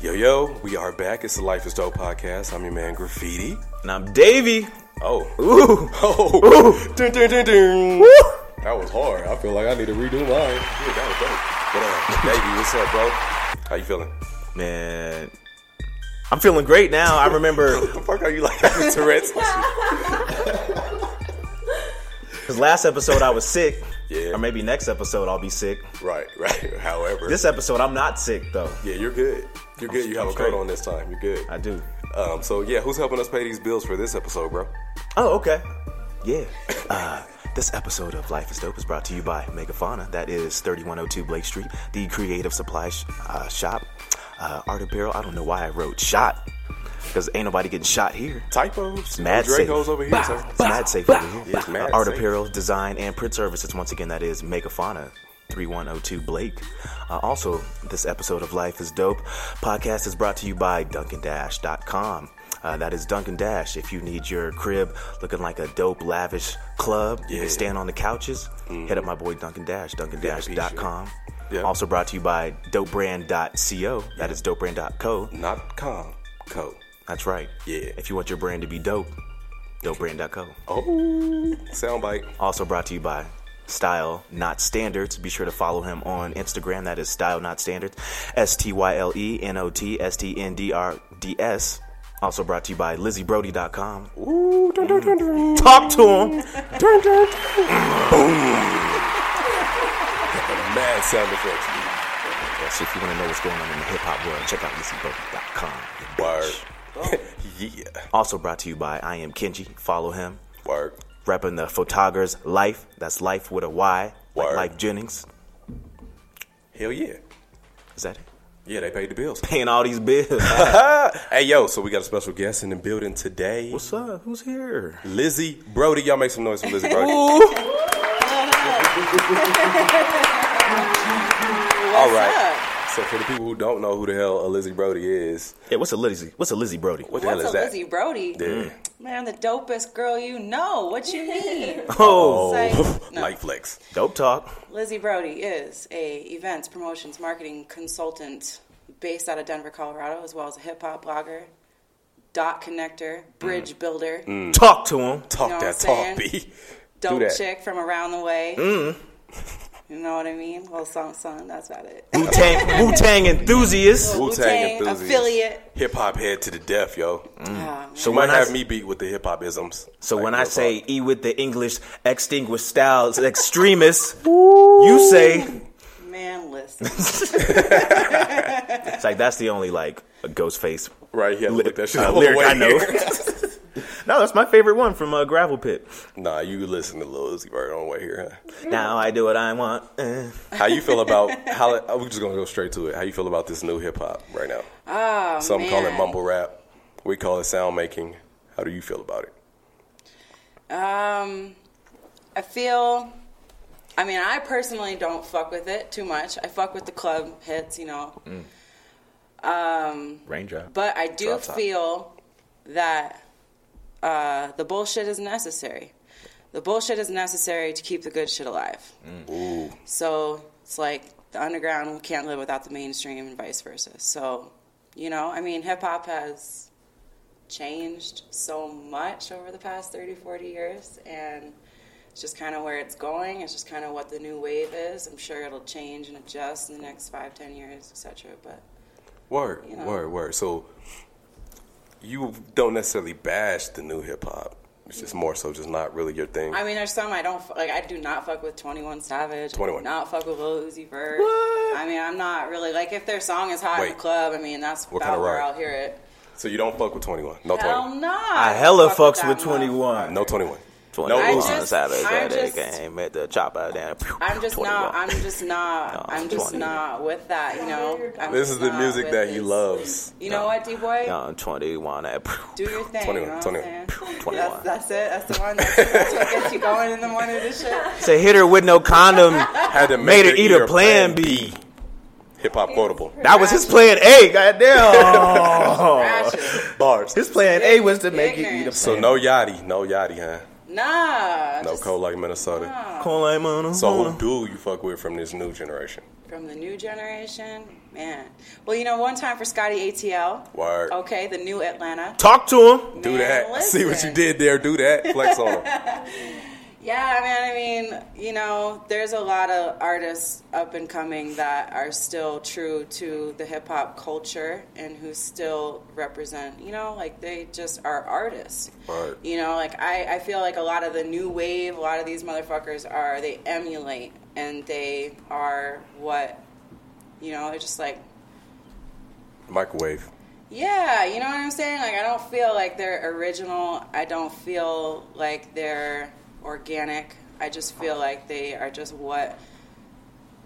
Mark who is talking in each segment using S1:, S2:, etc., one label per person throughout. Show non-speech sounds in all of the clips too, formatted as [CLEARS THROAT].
S1: Yo, yo, we are back. It's the Life is Dope podcast. I'm your man, Graffiti.
S2: And I'm Davey.
S1: Oh.
S2: Ooh.
S1: [LAUGHS] Oh. Dun, dun, dun, dun. That was hard. I feel like I need to redo mine. Yeah, that was dope. But, uh, Davey, what's uh, up, bro? How you feeling?
S2: Man. I'm feeling great now. I remember
S1: The fuck are you like having
S2: [LAUGHS]
S1: Tourette's?
S2: because last episode I was sick.
S1: Yeah.
S2: Or maybe next episode I'll be sick.
S1: right, right. [LAUGHS] However.
S2: This episode I'm not sick though.
S1: yeah, you're good. You're good. You have a
S2: I'm
S1: coat
S2: straight.
S1: on this time. You're good.
S2: I do.
S1: Um, so, yeah, who's helping us pay these bills for this episode, bro?
S2: Oh, okay. Yeah. Uh, this episode of Life is Dope is brought to you by Megafauna. That is 3102 Blake Street, the creative supply sh- uh, shop. Uh, Art Apparel. I don't know why I wrote shot because ain't nobody getting shot here.
S1: Typos.
S2: Mad safe.
S1: Draco's over here. so-
S2: It's mad safe over here.
S1: Yeah, it's mad
S2: Uh, Art
S1: safe.
S2: apparel, design, and print services. Once again, that is Megafauna. 3102 Blake. Uh, also, this episode of Life is Dope podcast is brought to you by DuncanDash.com. Uh, that is Dunkin' Dash. If you need your crib looking like a dope, lavish club, you
S1: Yeah. Mm-hmm.
S2: can stand on the couches. Hit up my boy Duncan Dash, DuncanDash.com.
S1: Yeah.
S2: Also brought to you by DopeBrand.co. That is DopeBrand.co.
S1: Not com. Co.
S2: That's right.
S1: Yeah.
S2: If you want your brand to be dope, dopebrand.co.
S1: Oh. Soundbite.
S2: Also brought to you by Style Not Standards. Be sure to follow him on Instagram. That is Style Not Standards. S T Y L E N O T S T N D R D S. Also brought to you by LizzieBrody.com.
S1: Ooh. Dun, dun, dun, dun.
S2: Talk to him.
S1: Mad sound effects.
S2: Yes, if you want to know what's going on in the hip hop world, check out LizzieBrody.com.
S1: Word. [LAUGHS] yeah.
S2: Also brought to you by I Am Kenji. Follow him.
S1: Word.
S2: Repping the photographer's life. That's life with a Y. Like
S1: Word.
S2: Life Jennings.
S1: Hell yeah.
S2: Is that it?
S1: Yeah, they paid the bills.
S2: Paying all these bills.
S1: Hey, yo, so we got a special guest in the building today.
S2: What's up? Who's here?
S1: Lizzie Brody. Y'all make some noise for Lizzie [LAUGHS] Brody. All right. So for the people who don't know who the hell a Lizzie Brody is,
S2: Yeah, what's a Lizzie? What's a Lizzie Brody?
S1: what the
S3: What's
S1: hell
S3: a
S1: is that?
S3: Lizzie Brody?
S1: Yeah.
S3: Man, the dopest girl you know. What
S1: [LAUGHS]
S3: you need?
S2: Oh,
S1: Oh, [LAUGHS]
S3: Say- no.
S1: light flex.
S2: dope talk.
S3: Lizzie Brody is a events, promotions, marketing consultant based out of Denver, Colorado, as well as a hip hop blogger, dot
S1: Mm.
S3: connector, bridge builder,
S2: Talk to him.
S1: Talk
S3: You know
S1: that
S3: what I'm
S1: talk, B.
S3: dope
S1: Mm. that. Mm.
S3: chick from around the way. You know what I mean? Little song, son. That's about it.
S2: Wu [LAUGHS] Tang, Wu Tang enthusiast.
S1: Wu
S3: Wu-Tang
S1: Tang enthusiast.
S3: affiliate.
S1: Hip hop head to the death, yo. Mm.
S3: Ah, man.
S2: So
S1: You might
S2: when I
S1: have
S2: s-
S1: me beat with the hip hop isms.
S2: so
S1: Like,
S2: when
S1: no
S2: I say
S1: problem.
S2: e with the English extinguished styles extremists, you say
S3: man,
S1: [LAUGHS]
S3: listen.
S2: it's like that's the only like a ghost face.
S1: right here, look that shit
S2: uh,
S1: all the
S2: lyric
S1: way
S2: I
S1: [LAUGHS]
S2: know.
S1: here.
S2: [LAUGHS] No, that's my favorite one from uh, Gravel Pit.
S1: Nah, you listen to Lil Uzi Vert on the way here, huh?
S2: Now I do what I want. eh.
S1: How you feel about how? We're just gonna go straight to it. How you feel about this new hip hop right now?
S3: Oh,
S1: Some
S3: man.
S1: call it mumble rap. We call it sound making. How do you feel about it?
S3: Um, I feel. I mean, I personally don't fuck with it too much. I fuck with the club hits, you know.
S2: Raindrop.
S3: But I do
S1: Drop top.
S3: feel that uh, the bullshit is necessary. The bullshit is necessary to keep the good shit alive.
S1: Mm.
S3: So it's like the underground can't live without the mainstream and vice versa. So, you know, I mean, hip hop has changed so much over the past 30, 40 years. And it's just kind of where it's going. It's just kind of what the new wave is. I'm sure it'll change and adjust in the next five, ten years, et cetera. But
S1: Word,
S3: Yeah.
S1: word, word. So you don't necessarily bash the new hip hop. It's just more so just not really your thing.
S3: I mean, there's some I don't f- like. I do not fuck with Twenty One Savage.
S1: 21.
S3: Not fuck with Lil Uzi Vert.
S1: What?
S3: I mean, I'm not really like if their song is hot in
S1: Wait.
S3: the club. I mean, that's
S1: What
S3: about
S1: kind of
S3: where
S1: rock?
S3: I'll hear it.
S1: so you don't fuck with 21. No 21.
S3: Hell no.
S2: I hella
S3: fuck
S2: fucks with
S3: that
S2: 21.
S1: No 21.
S2: 21
S3: I
S2: on
S3: just-
S2: Saturday,
S3: I'm
S2: Saturday
S3: just-
S2: game at the chopper down.
S3: I'm just
S2: 21.
S3: not.
S2: [LAUGHS]
S3: I'm just not.
S2: No,
S3: I'm just
S2: 20.
S3: not with that. You know. I'm
S1: This
S3: just
S1: is the
S3: not
S1: music
S3: with
S1: that he
S3: this.
S1: loves.
S3: You know what, D boy?
S2: Young 21 at
S3: Do your thing.
S1: 21, 21.
S3: 21.
S2: 21.
S3: That's, that's it. That's the one. That's, that's what gets you going in the morning. This shit.
S2: Say hit her with no condom.
S1: Had to
S2: Made her
S1: it
S2: eat her plan B.
S1: Hip hop quotable.
S2: That was his plan A. Goddamn.
S3: Ratchet.
S1: Bars.
S2: his plan A was to make you eat a
S3: Ignorant.
S1: So no Yachty. No Yachty, huh?
S3: Nah.
S1: No
S3: just
S1: cold like Minnesota.
S2: plan.
S1: So who do you fuck with from this new generation?
S3: From the new generation, man. Well, you know, one time for Scotty ATL.
S1: Word.
S3: Okay, the new Atlanta.
S2: talk to him.
S1: Do
S3: Man,
S1: that. See what
S3: listen.
S1: you did there. Do
S3: [LAUGHS]
S1: that. Flex on them.
S3: Yeah, man. I mean, you know, there's a lot of artists up and coming that are still true to the hip hop culture and who still represent. You know, like they just are artists.
S1: Right.
S3: You know, like I, I feel like a lot of the new wave, a lot of these motherfuckers are they emulate and they are what, you know, it's just like
S1: Microwave.
S3: Yeah, you know what I'm saying? Like, I don't feel like they're original. I don't feel like they're organic. I just feel like they are just what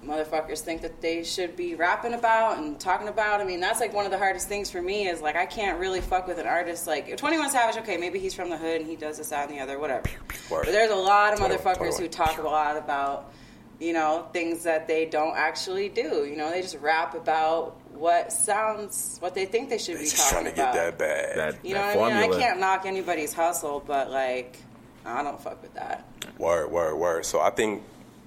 S3: motherfuckers think that they should be rapping about and talking about. I mean, that's like one of the hardest things for me is like, I can't really fuck with an artist. Like, 21 Savage, okay, maybe he's from the hood and he does this, that, and the other, whatever.
S1: Word.
S3: But there's a lot of
S1: 21,
S3: motherfuckers who
S1: 21.
S3: talk a lot about, you know, things that they don't actually do. You know, they just rap about what sounds, what they think they should
S1: They
S3: be
S1: just trying
S3: talking
S1: to get that
S3: about.
S1: bag.
S3: You know what I mean? I can't knock anybody's hustle, but like, I don't fuck with that.
S1: Word, word, word. So I think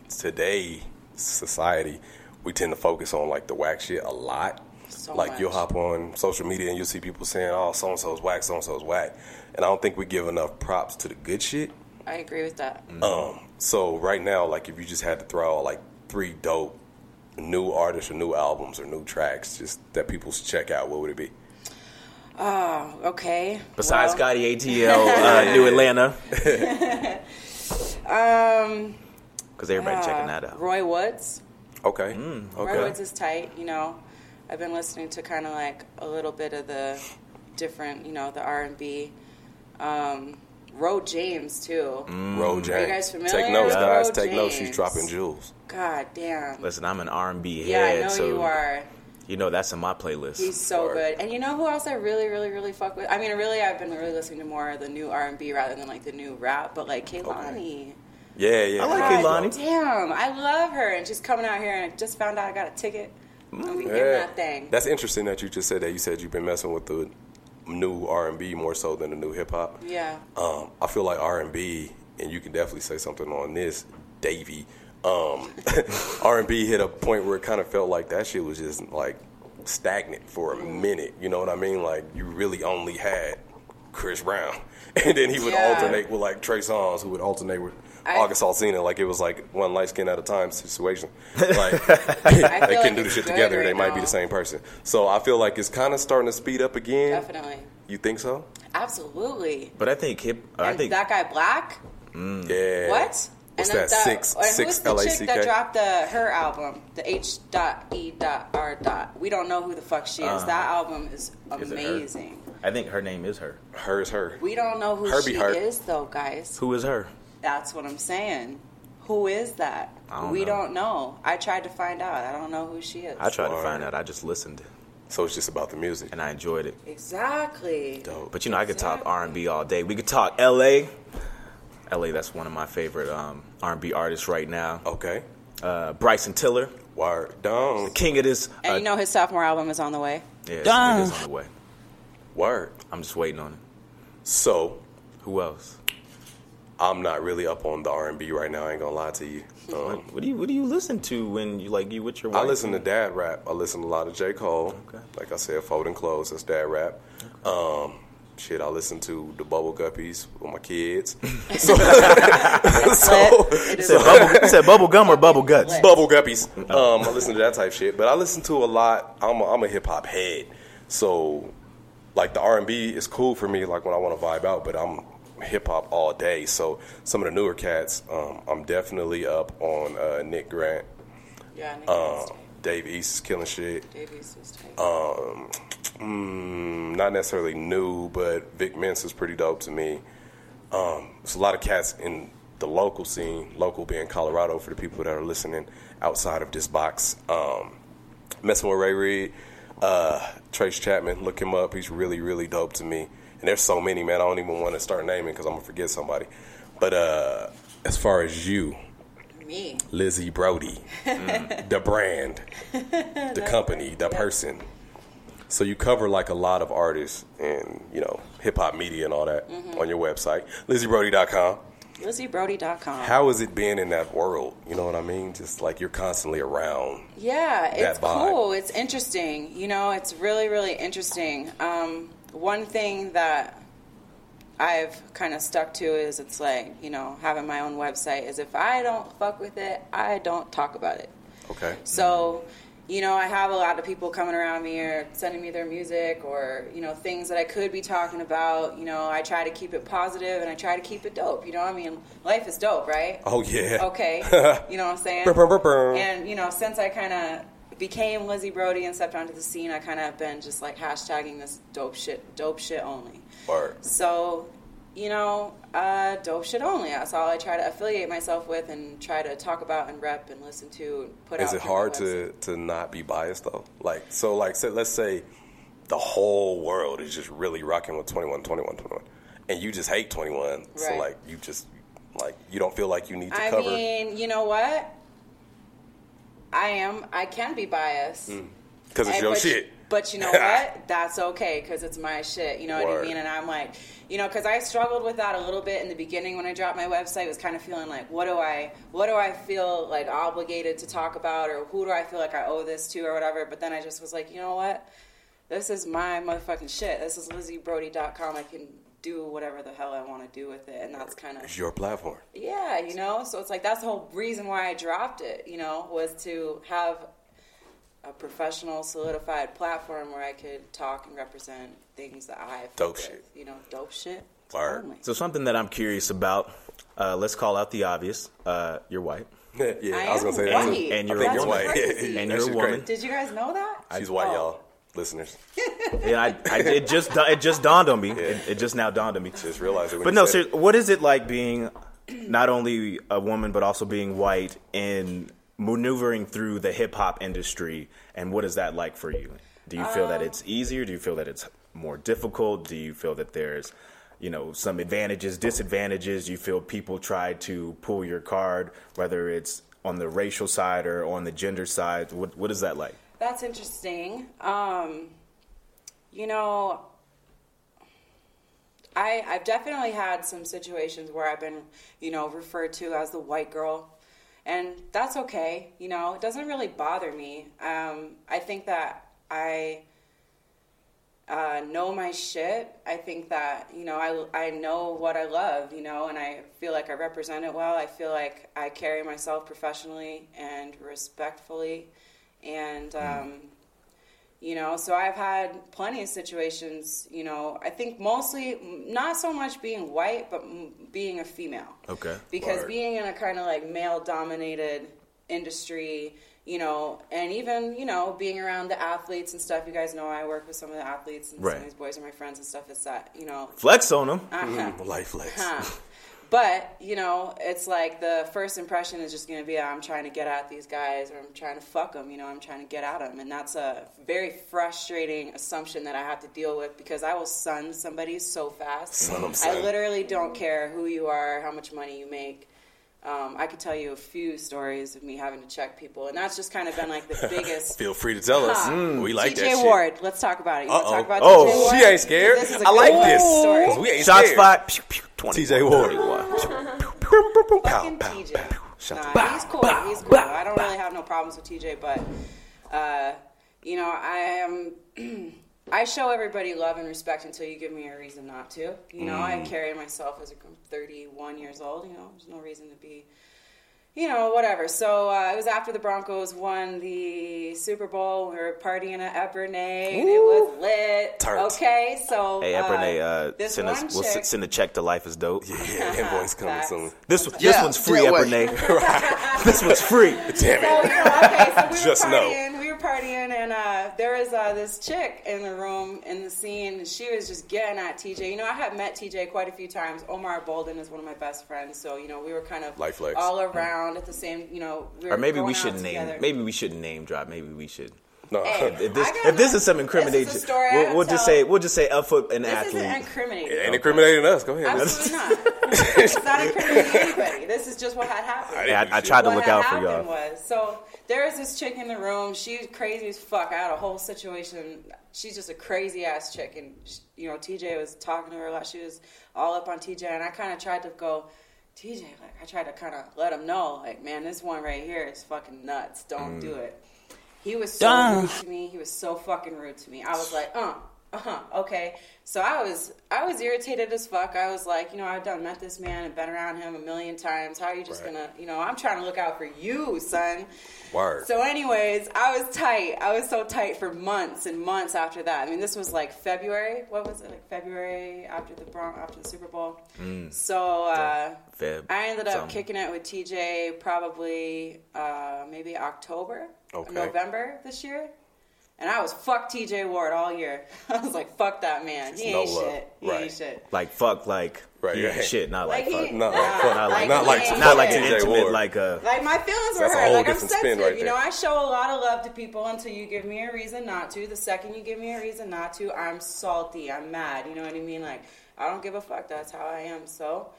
S1: today society we tend to focus on like the whack shit a lot.
S3: So
S1: like you'll
S3: much.
S1: hop on social media and you'll see people saying, "Oh, so and so's whack, so and so's whack," and I don't think we give enough props to the good shit.
S3: I agree with that.
S1: Um, so right now, like if you just had to throw out like three dope new artists or new albums or new tracks just that people should check out, what would it be?
S3: Okay.
S2: Besides
S3: well,
S2: Gotti
S3: [LAUGHS]
S2: ATL, uh, New Atlanta. um,
S3: Um,
S2: because everybody
S3: uh,
S2: checking that out.
S3: Roy Woods.
S1: Okay, Mm, okay.
S3: Roy Woods is tight. You know, I've been listening to kind of like a little bit of the different, you know, the R and B. Um, Roe James too.
S1: Road James.
S3: guys
S1: Take
S3: familiar
S1: notes,
S3: with
S1: guys.
S3: Road
S1: Take notes. She's
S3: James?
S1: dropping jewels.
S3: God damn.
S2: Listen, I'm an R&B
S3: yeah,
S2: head,
S3: I know
S2: so
S3: you are.
S2: you know that's in my playlist.
S3: He's so
S1: Or-
S3: good. And you know who else I really, really, really fuck with? I mean, really, I've been really listening to more of the new R and B rather than like the new rap. But like Kaylani,
S1: Yeah, yeah.
S2: I like
S1: yeah.
S2: Kehlani.
S3: damn, I love her, and she's coming out here, and I just found out I got a ticket. I'm gonna be getting
S1: Mm, Yeah.
S3: that thing.
S1: That's interesting that you just said that. You said you've been messing with the new R and B more so than the new hip hop.
S3: yeah.
S1: Um, I feel like R and B, and you can definitely say something on this, Davy. Um, [LAUGHS] R and B hit a point where it kind of felt like that shit was just like stagnant for a minute. You know what I mean? Like you really only had Chris Brown, [LAUGHS] and then he would
S3: Yeah.
S1: alternate with like Trey Songz, who would alternate with.
S3: I-
S1: August Alsina, like it was like one light skin at a time
S3: [LAUGHS]
S1: situation. Like [LAUGHS]
S3: I
S1: they couldn't
S3: feel like
S1: do the
S3: it's
S1: shit
S3: good
S1: together,
S3: right
S1: they might be
S3: now.
S1: the same person. So I feel like it's kind of starting to speed up again.
S3: Definitely.
S1: You think so?
S3: Absolutely.
S2: but I think hip. I
S3: and
S2: think
S3: that guy Black.
S1: Yeah.
S3: What?
S1: What's
S3: then
S1: that? Six-
S3: and
S1: six
S3: who's the
S1: LACK?
S3: chick that dropped the her album, the H dot E dot R dot? We don't know who the fuck she
S1: Uh,
S3: is. That album is
S2: Is it her?
S3: amazing.
S2: I think her name is her.
S1: Her is her.
S3: We don't know who
S1: Herbie
S3: she
S1: Herb.
S3: is though, guys.
S2: Who is her?
S3: That's what I'm saying. Who is that?
S2: I don't
S3: we
S2: know.
S3: don't know. I tried to find out. I don't know who she is.
S2: I tried to
S1: Sorry.
S2: find out. I just listened
S1: So it's just about the music.
S2: and I enjoyed it.
S3: exactly.
S2: But you know, I could talk R and B all day. We could talk L.A. L.A. That's one of my favorite um, R and B artists right now.
S1: Okay.
S2: Uh, Bryson Tiller,
S1: Word down.
S2: king of this. uh,
S3: And you know his sophomore album is on
S2: [LAUGHS]
S3: the way.
S2: yeah, it is on the way.
S1: Word.
S2: I'm just waiting on it.
S1: So
S2: Who else?
S1: I'm not really up on the R and B right now. I ain't gonna lie to
S2: [LAUGHS]
S1: you. Um,
S2: What do you What do you listen to when you like you with your? Wife?
S1: I listen
S2: [LAUGHS]
S1: to dad rap. I listen to a lot of J Cole.
S2: Okay.
S1: Like I said, folding clothes. That's dad rap. Um, shit, I listen to the Bubble Guppies with my kids.
S2: [LAUGHS]
S1: so, so
S3: It is
S2: Said bubble, said bubble gum or bubble guts.
S3: Lit.
S1: bubble guppies. Um, I listen to that type shit, but I listen to a lot. I'm a, I'm a hip hop head, so like the R and B is cool for me. Like when I want to vibe out, but I'm hip hop all day. So some of the newer cats, um, I'm definitely up on uh, Nick Grant.
S3: Yeah, Nick
S1: Um,
S2: Uh,
S1: Dave East is killing shit.
S3: Davies was tight.
S1: Um, mm, not necessarily new, but Vic Mensa is pretty dope to me. Um, there's a lot of cats in the local scene, local being Colorado for the people that are listening outside of this box. Um, messing with Ray Reed, uh, Trace Chapman, look him up. He's really, really dope to me. And there's so many, man. I don't even want to start naming because I'm gonna forget somebody. But uh, as far as you,
S3: Me.
S1: Lizzie
S3: [LAUGHS]
S1: Brody, the brand, the company, the person. So you cover like a lot of artists and you know hip hop media and all that
S3: Mm-hmm.
S1: on your website, LizzieBrody.com.
S3: LizzieBrody.com.
S1: How is it being in that world? You know what I mean? Just like you're constantly around.
S3: Yeah,
S1: that
S3: it's
S1: vibe.
S3: cool. It's interesting. You know, it's really, really interesting. Um, one thing that I've kind of stuck to is it's like, you know, having my own website is if I don't fuck with it, I don't talk about it.
S1: Okay.
S3: So, you know, I have a lot of people coming around me or sending me their music or, you know, things that I could be talking about. You know, I try to keep it positive and I try to keep it dope. You know, I mean, life is dope, right?
S1: Oh yeah.
S3: Okay. you know what I'm saying?
S1: Brr, brr, brr, brr.
S3: And, you know, since I kind of became Lizzie Brody and stepped onto the scene, I kind of have been just like hashtagging this dope shit, dope shit only.
S1: Word.
S3: So, you know, uh, dope shit only. That's all I try to affiliate myself with and try to talk about and rep and listen to and put out.
S1: Is it
S3: through my
S1: hard
S3: website.
S1: to to not be biased though? Like so, like so let's say the whole world is just really rocking with 21, 21, 21, and you just hate twenty one. So
S3: Right.
S1: like you just like you don't feel like you need to
S3: I
S1: cover.
S3: mean, you know what? I am. I can be biased.
S1: Because it's
S3: And-
S1: your
S3: but,
S1: shit. [LAUGHS]
S3: But you know what? That's okay because it's my shit. You know what I
S1: Word.
S3: mean? And I'm like, you know, because I struggled with that a little bit in the beginning when I dropped my website. Was kind of feeling like, what do I, what do I feel like obligated to talk about, or who do I feel like I owe this to, or whatever. But then I just was like, you know what? This is my motherfucking shit. This is LizzieBrody.com. I can do whatever the hell I want to do with it, and that's kind of
S1: It's your platform.
S3: yeah, you know, so it's like that's the whole reason why I dropped it, you know, was to have a professional, solidified platform where I could talk and represent things that I feel
S1: Dope
S3: good,
S1: shit.
S3: you know, dope shit.
S1: Word.
S3: Only.
S2: So something that I'm curious about. Uh, let's call out the obvious. Uh, you're white,
S1: yeah, I,
S3: I
S1: was
S3: am
S1: gonna say that.
S3: white.
S1: too.
S2: and
S3: I
S2: you're
S3: think
S2: a
S3: you're
S2: woman,
S3: white.
S2: and
S3: Crazy.
S1: That
S2: you're a
S1: shit's
S2: woman.
S1: crazy.
S3: Did you guys know that?
S1: She's white,
S3: Oh.
S1: y'all listeners.
S2: Yeah, I, I it just it just dawned on me. It, it just now dawned on me.
S1: Just realize it. When
S2: But
S1: you
S2: no,
S1: said
S2: ser- what is it like being not only a woman but also being white and maneuvering through the hip hop industry? And what is that like for you? Do you feel that it's easier? Do you feel that it's more difficult? Do you feel that there's you know some advantages, disadvantages? Do you feel people try to pull your card, whether it's on the racial side or on the gender side? What what is that like?
S3: That's interesting. Um, you know, I I've definitely had some situations where I've been, you know, referred to as the white girl, and that's okay. You know, it doesn't really bother me. Um, I think that I uh, know my shit. I think that you know I I know what I love, you know, and I feel like I represent it well. I feel like I carry myself professionally and respectfully, and um, you know, so I've had plenty of situations. You know, I think mostly m- not so much being white, but m- being a female.
S2: Okay.
S3: because
S1: Word.
S3: being in a kind of like male dominated industry you know and even you know being around the athletes and stuff you guys know i work with some of the athletes and
S2: Right.
S3: some of these boys are my friends and stuff it's that you know
S2: Flex on them.
S3: [LAUGHS]
S1: mm, life flex.
S3: but you know it's like the first impression is just going to be i'm trying to get at these guys or i'm trying to fuck them you know i'm trying to get at them and that's a very frustrating assumption that i have to deal with because i will sun somebody so fast
S1: Sun 'em,
S3: i
S1: son.
S3: literally don't care who you are how much money you make um, I could tell you a few stories of me having to check people, and that's just kind of been like
S1: [LAUGHS]
S3: the biggest
S1: Feel free to tell us.
S3: Ah.
S1: we like
S3: TJ
S1: that shit.
S3: Ward, let's talk about it. You want to
S1: Uh-oh.
S3: talk about
S2: Oh,
S3: TJ Ward?
S1: She ain't scared.
S3: This is a
S1: I like
S3: good
S1: this.
S3: story.
S1: 'Cause we ain't
S2: Shots
S1: scared.
S2: fired. Pew, pew, 21,
S1: T.J. Ward.
S2: 21.
S3: Fucking TJ. Nah, he's cool. he's cool. I don't really have no problems with TJ, but uh, you know, I am. [CLEARS THROAT] I show everybody love and respect until you give me a reason not to. You know,
S2: Mm.
S3: I carry myself as a, I'm 31 years old. You know, there's no reason to be you know, whatever. So uh, it was after the Broncos won the Super Bowl. We were partying at Epernay, and it was lit.
S1: Turnt.
S3: Okay, so
S2: Hey,
S3: uh,
S2: Epernay, uh,
S3: this
S2: send us.
S3: one
S2: We'll
S3: chick-
S2: s- send a check to Life is Dope.
S1: Yeah, [LAUGHS] invoice coming
S3: Facts.
S1: soon.
S2: This this
S4: Yeah,
S2: one's free,
S4: yeah, wait.
S2: Epernay. [LAUGHS] this one's free.
S1: Damn
S3: So,
S1: it.
S3: you know, okay, so we
S2: [LAUGHS]
S3: were
S1: Just know.
S3: partying. We were partying, and uh, there was uh, this chick in the room in the scene. And she was just getting at TJ. You know, I have met TJ quite a few times. Omar Bolden is one of my best friends, so you know, we were kind of
S1: Life flex.
S3: all around at the same. You know, we were
S2: Mm. Or maybe we
S3: going out
S2: should name.
S3: together.
S2: Maybe we should name drop. Maybe we should.
S1: No.
S3: Hey.
S2: If this,
S3: I
S2: if this is
S3: got my-
S2: some
S3: this is a
S2: incrimination,
S3: story I
S2: we'll, we'll
S3: would
S2: just
S3: tell.
S2: say we'll just say up foot an
S3: this
S2: athlete.
S3: isn't incriminating.
S1: [LAUGHS] It ain't incriminating us. Go ahead.
S3: Absolutely not. it's not incriminating anybody. This is just what had happened.
S1: I
S2: Yeah,
S1: didn't do
S2: I, I
S1: shit.
S2: tried to
S3: What
S2: look
S3: had
S2: out for
S3: happened
S2: y'all.
S3: Was, so there was this chick in the room. She was crazy as fuck. I had a whole situation. She's just a crazy ass chick, and sh you know TJ was talking to her a lot. She was all up on TJ, and I kind of tried to go. TJ, like I tried to kind of let him know, like, man, this one right here is fucking nuts. Don't do
S2: Mm.
S3: it. He was so rude to me. He was so fucking rude to me. I was like, uh, uh huh, okay. So I was, I was irritated as fuck. I was like, you know, I've done met this man and been around him a million times. How are you just
S1: Right.
S3: gonna, you know, I'm trying to look out for you, son.
S1: Word.
S3: So, anyways, I was tight. I was so tight for months and months after that. I mean, this was like February. What was it? Like February after the Bron- after the Super Bowl. So uh,
S2: Feb.
S3: I ended up
S2: Something.
S3: kicking it with TJ probably uh, maybe October,
S1: Okay.
S3: November this year. And I was fuck TJ Ward all year. [LAUGHS] I was like, fuck that man. He
S1: No
S3: ain't
S1: love.
S3: shit. He
S1: Right.
S3: ain't shit.
S2: Like fuck, like
S1: Right,
S2: yeah,
S1: right.
S2: shit, not like,
S3: Like he-
S2: fuck,
S1: Not like,
S3: Nah,
S1: fuck,
S3: like
S1: not like,
S3: he ain't
S2: not like
S3: shit.
S2: an
S1: TJ
S2: intimate,
S1: Ward.
S2: like uh,
S3: Like my feelings were
S1: That's a
S3: hurt.
S1: whole
S3: Like I'm
S1: different spin
S3: sensitive.
S1: right
S3: you
S1: there.
S3: know, I show a lot of love to people until you give me a reason not to. The second you give me a reason not to, I'm salty. I'm mad. You know what I mean? Like I don't give a fuck. That's how I am. So,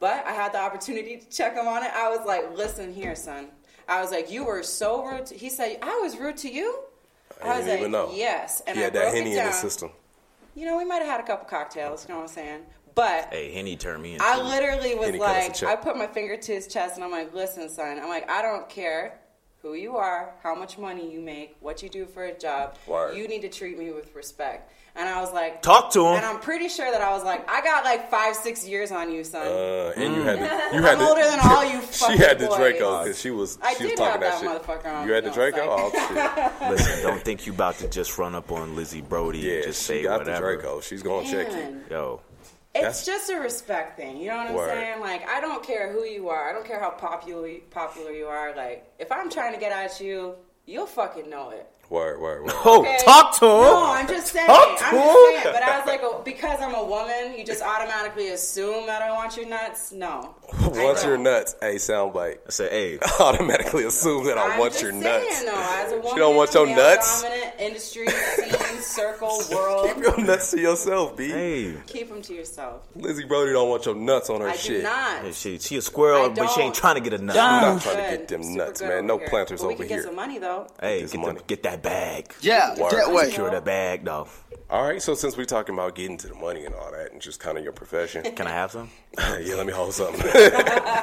S3: but I had the opportunity to check him on it. I was like, listen here, son. I was like, you were so rude. To, he said, I was rude to you. I, was
S1: didn't
S3: like,
S1: even know.
S3: yes. And
S1: he
S3: I
S1: had
S3: broke
S1: that
S3: it
S1: henny in his
S3: down.
S1: system.
S3: You know, we might have had a couple cocktails. You know what I'm saying? But
S2: hey, Henny turned me in.
S3: I literally was
S1: And he cut us a
S3: like,
S1: check.
S3: I put my finger to his chest and I'm like, listen, son. I'm like, I don't care who you are, how much money you make, what you do for a job.
S1: Word.
S3: You need to treat me with respect. And I was like,
S2: Talk to him.
S3: And I'm pretty sure that I was like, I got like five, six years on you, son.
S1: Uh, and
S2: Mm.
S1: you had
S3: [LAUGHS]
S1: to, you had
S3: I'm
S1: to,
S3: older than all
S1: [LAUGHS]
S3: you
S1: She
S3: fucking
S1: had the
S3: boys.
S1: Draco because she was
S3: I
S1: she was
S3: did
S1: talking
S3: have
S1: that,
S3: that
S1: shit.
S3: motherfucker on.
S1: You had the
S3: No,
S1: Draco.
S3: sorry.
S1: Oh
S3: [LAUGHS]
S1: shit.
S2: Listen, don't think you about to just run up on Lizzie Brody
S1: Yeah,
S2: and just
S1: she
S2: say
S1: got
S2: whatever.
S1: the Draco. She's gonna check you.
S3: Man.
S2: Yo,
S3: It's
S1: That's-
S3: just a respect thing, you know what I'm
S1: Word.
S3: saying? Like, I don't care who you are, I don't care how popular popular you are. Like, if I'm trying to get at you, you'll fucking know it.
S1: Word, word, word.
S2: oh,
S3: Okay.
S2: talk to him.
S3: No, I'm just saying.
S2: Talk to
S3: I'm
S2: him.
S3: just saying. But I was like, oh, because I'm a woman, you just automatically assume that I want your nuts.
S1: [LAUGHS]
S3: No.
S1: [LAUGHS] Once
S3: I
S1: you're
S3: don't.
S1: nuts, hey, soundbite. [LAUGHS]
S2: I said, hey,
S1: Automatically assume that I
S3: I'm
S1: want
S3: just
S1: your
S3: saying,
S1: nuts.
S3: Though, as
S1: [LAUGHS]
S3: a woman,
S1: don't want
S3: in a
S1: your nuts?
S3: Dominant
S1: [LAUGHS]
S3: industry, scene, circle, world.
S1: Your nuts to yourself, B.
S2: hey,
S3: Keep them to yourself.
S1: Lizzie Brody don't want your nuts on her
S3: I
S1: shit.
S3: do not.
S2: Hey, she she a squirrel,
S3: I
S2: but she ain't
S3: don't.
S2: trying to get a nut.
S1: I'm
S3: Good.
S1: not trying to get them
S3: Super
S1: nuts,
S3: good
S1: man.
S3: over
S1: No
S3: here.
S1: planters
S3: But we
S1: over
S3: can get
S1: here.
S3: some money though.
S2: Hey,
S1: This
S2: get,
S1: money.
S2: the, get that bag.
S4: Yeah,
S1: Word.
S4: that way.
S2: Secure that bag, though.
S1: All right, so since we're talking about getting to the money and all that, and just kind of your profession,
S2: [LAUGHS]
S1: [LAUGHS]
S2: Can I have some?
S1: yeah, let me hold something. [LAUGHS]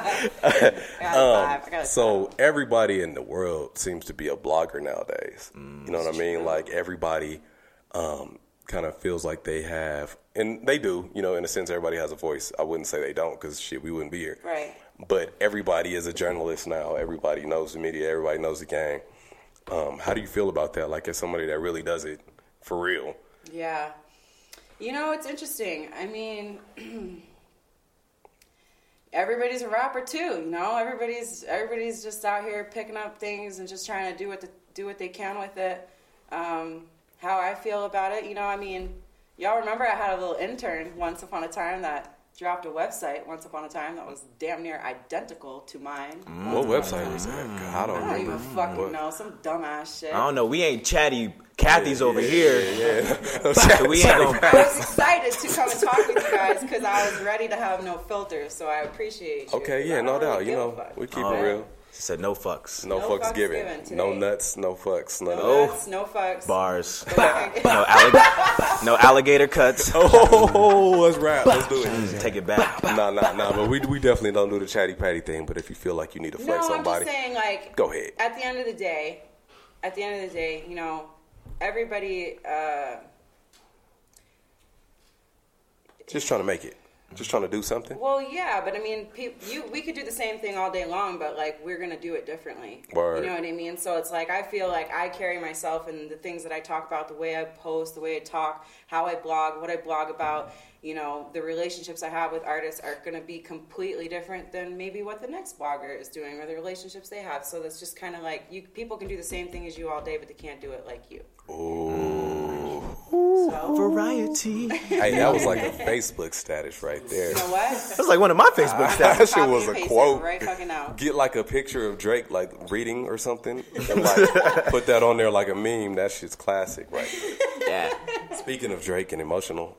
S3: I got a five. I got a
S1: um, So everybody in the world seems to be a blogger nowadays. you know what I mean? Like everybody um, kind of feels like they have, and they do. You know, in a sense, everybody has a voice. I wouldn't say they don't, because shit, we wouldn't be here.
S3: Right.
S1: But everybody is a journalist now. Everybody knows the media. Everybody knows the game. Um, how do you feel about that? Like as somebody that really does it for real.
S3: Yeah. You know, it's interesting. I mean, [CLEARS THROAT] everybody's a rapper too, you know? Everybody's everybody's just out here picking up things and just trying to do what the, do what they can with it. Um, how I feel about it, you know, I mean, y'all remember I had a little intern once upon a time that dropped a website once upon a time that was damn near identical to mine.
S1: What website was that? God, I don't
S3: I don't
S1: remember.
S3: even fucking know, some dumbass shit.
S2: I don't know. We ain't chatty Kathy's over here.
S1: [LAUGHS]
S2: So [LAUGHS]
S1: Sorry,
S2: we ain't gonna.
S3: I was excited to come and talk with you guys because I was ready to have no filters, so I appreciate you.
S1: Okay,
S3: 'cause
S1: yeah,
S3: I
S1: no
S3: don't really
S1: doubt. You
S3: give a
S1: know,
S3: fuck.
S1: we keep it real.
S2: Oh, She said no fucks.
S1: No,
S3: No
S1: fucks,
S3: fucks
S1: given.
S3: given today.
S1: No nuts, no fucks, none of
S3: No nuts, no fucks.
S2: Bars.
S3: Okay.
S2: No, allig- no alligator cuts.
S1: [LAUGHS]
S2: Mm,
S1: Oh, let's rap. Let's
S3: [LAUGHS]
S1: do it.
S2: Take it back.
S1: Nah, nah, nah. But we we definitely don't do the chatty patty thing. But if you feel like you need to
S3: No,
S1: flex
S3: I'm
S1: somebody,
S3: just saying, like,
S1: Go ahead.
S3: At the end of the day, at the end of the day, you know, everybody. Uh,
S1: just trying to make it. Just trying to do something.
S3: Well, yeah, but I mean, peop you we could do the same thing all day long, but like we're gonna do it differently.
S1: Word.
S3: You know what I mean? So it's like I feel like I carry myself and the things that I talk about, the way I post, the way I talk, how I blog, what I blog about. You know, the relationships I have with artists are gonna be completely different than maybe what the next blogger is doing or the relationships they have. So that's just kind of like you people can do the same thing as you all day, but they can't do it like you.
S2: Variety. That
S1: Hey, that was like
S3: [LAUGHS]
S1: a Facebook status right there.
S3: You know what?
S2: was like one of my Facebook
S1: [LAUGHS]
S2: stats.
S1: That shit
S3: Copy
S1: was
S3: and
S1: a
S3: paste it
S1: quote.
S3: right fucking out.
S1: Get like a picture of Drake like reading or
S3: [LAUGHS]
S1: something, and like put that on there like a meme. That shit's classic, right?
S2: Yeah.
S1: Speaking of Drake and emotional,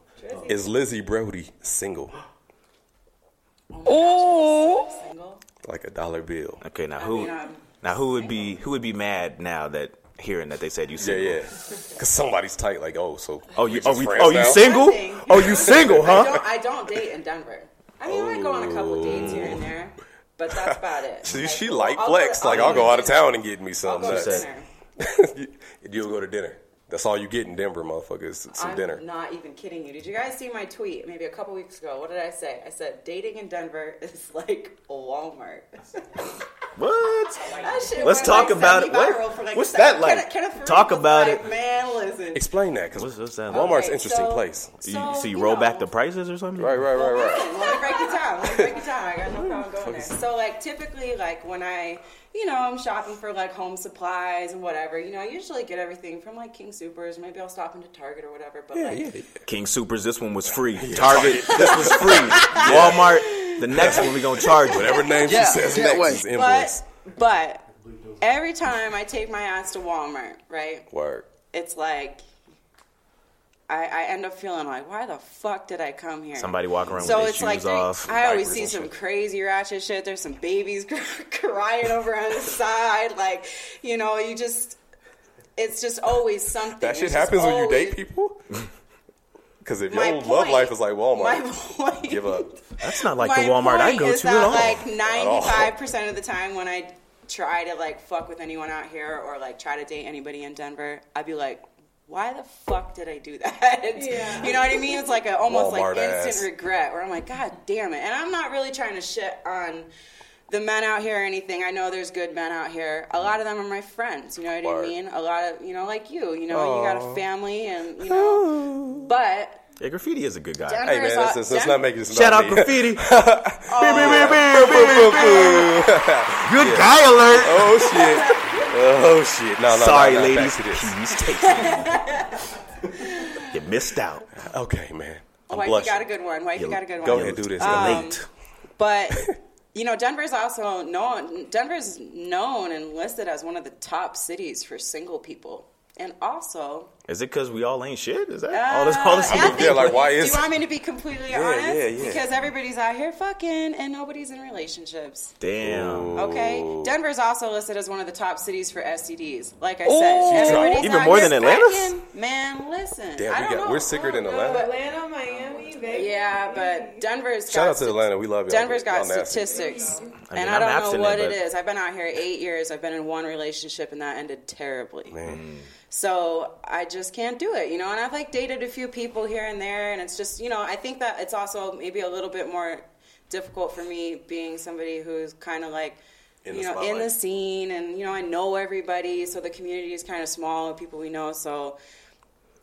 S1: is Lizzie Brody single?
S3: Single.
S1: Like a dollar bill.
S2: Okay, now who?
S3: mean, I'm
S2: now who would be who would be mad now that hearing that they said you
S1: Yeah,
S2: single?
S1: yeah. Cause somebody's tight. Like, oh, so
S2: Oh, you oh,
S1: just
S2: we,
S1: friends
S2: oh you
S1: now?
S2: single?
S3: Nothing.
S2: Oh you single,
S3: [LAUGHS] I
S2: huh? Oh.
S3: don't, I don't date in Denver. I mean, I might go on a couple dates here and there, but that's about it.
S1: She, she like
S3: I'll go-
S1: flex. like, I'll go out of
S3: dinner.
S1: town and get me
S3: I'll
S1: something.
S3: go to
S1: nuts.
S3: dinner.
S1: [LAUGHS] You'll go to dinner. That's all you get in Denver, motherfuckers. Some
S3: I'm
S1: dinner.
S3: not even kidding you. Did you guys see my tweet maybe a couple weeks ago? What did I say? I said dating in Denver [LAUGHS] is like Walmart.
S2: What?
S3: That shit
S2: Let's
S3: went,
S2: talk
S3: like,
S2: about it.
S3: 75
S2: What-
S3: roll for, like,
S2: what's
S3: a
S2: that
S3: second.
S2: like?
S3: Kenneth- Kenneth Fareed
S2: Talk
S3: was
S2: about
S3: like,
S2: it.
S3: Man, listen.
S1: Explain that, cause
S2: What's- what's that like?
S1: Walmart's
S3: Okay,
S1: interesting
S3: so-
S1: place.
S2: You,
S3: So,
S2: so you
S3: you
S2: roll
S3: know.
S2: back the prices or something?
S1: Right, right, right, right.
S3: Let me break it down. Let me break it down. I got no problem going there. So like typically like when I you know I'm shopping for like home supplies and whatever you know I usually get everything from like King Supers. Maybe I'll stop into Target or whatever. But like
S2: King Supers, this one was free. Target, this was [LAUGHS] free. Walmart, the next one we gonna charge you.
S1: Whatever name
S4: Yeah,
S1: she says
S4: that
S1: next
S4: way.
S1: is invoice.
S3: but but every time I take my ass to Walmart, right?
S1: Word.
S3: It's like I, I end up feeling like why the fuck did I come here?
S2: Somebody walk around
S3: So
S2: with their
S3: it's like
S2: shoes
S3: they-
S2: off.
S3: I always
S1: diapers
S3: see
S1: and
S3: some
S1: shit.
S3: crazy ratchet shit. There's some babies [LAUGHS] crying over on the side, like you know, you just. It's just always something.
S1: That shit
S3: It's just
S1: happens when you
S3: always-
S1: date
S3: [LAUGHS]
S1: people. Cause if your
S3: My
S1: love
S3: point-
S1: life is like
S3: My [LAUGHS]
S1: Walmart,
S3: point.
S1: give
S3: [LAUGHS]
S1: up.
S2: That's not like
S3: my
S2: the Walmart
S3: point
S2: I go
S3: is
S2: to
S3: that
S2: at all.
S3: like 95 percent of the time when I try to like fuck with anyone out here or like try to date anybody in Denver, I'd be like. Why the fuck did I do [LAUGHS] that? You know what I mean? It's like a almost
S1: Walmart
S3: like
S1: ass.
S3: instant regret where I'm like, God damn it. And I'm not really trying to shit on the men out here or anything. I know there's good men out here. A lot of them are my friends, you know what
S1: Word.
S3: I mean? A lot of you know, like you, you know, you got a family and you know but
S2: yeah, graffiti is a good guy.
S3: Denver
S1: Hey man,
S3: is
S1: let's,
S3: all-
S1: let's
S3: Denver-
S1: not make this
S2: Shout
S1: about
S2: out
S1: me.
S2: graffiti. [LAUGHS] Beep,
S3: Oh.
S2: beep, beep, beep, beep, beep. Good guy alert.
S1: Oh shit. Oh shit. No, no, no,
S2: Sorry,
S1: no, back
S2: ladies.
S1: to this.
S2: Please take it. Oh, you missed out.
S1: Okay, man. Oh, I'm
S3: Wife, you
S1: blushing.
S3: got a good one. Wife, you got a good one.
S1: Go ahead, do this.
S2: late.
S1: [LAUGHS]
S3: But you know, Denver's also known. Denver's known and listed as one of the top cities for single people, and also.
S2: Is it because we all ain't shit? Is that all this? All this?
S3: Uh, I
S1: Yeah, like why
S3: Do
S1: is
S3: you want me to be completely honest?
S1: yeah, yeah.
S3: Because everybody's out here fucking and nobody's in relationships.
S2: Damn.
S3: Okay, Denver's also listed as one of the top cities for STDs. Like I said,
S1: She dropped
S3: everybody's
S2: even
S3: out
S2: more
S3: here
S2: than Atlanta?
S3: fucking. Man, listen,
S1: Damn, we
S3: I don't
S1: got-
S3: know.
S1: we're sicker than
S3: I don't know,
S1: Atlanta?
S3: but-
S5: Atlanta, Miami, Vegas.
S3: Yeah, but Denver's
S1: Shout
S3: got
S1: out to Atlanta. We love y'all.
S3: Denver's got
S1: Y'all nasty.
S3: statistics,
S2: mean,
S3: and
S2: I'm
S3: I don't know
S2: abstinent,
S3: what it
S2: but-
S3: is. I've been out here eight years. I've been in one relationship, and that ended terribly. So I just can't do it, you know. And I've like dated a few people here and there, and it's just, you know, I think that it's also maybe a little bit more difficult for me being somebody who's kind of like.
S1: In
S3: you
S1: the
S3: know, in the
S1: spotlight.
S3: scene, and you know, I know everybody, so the community is kind of small, of people we know. So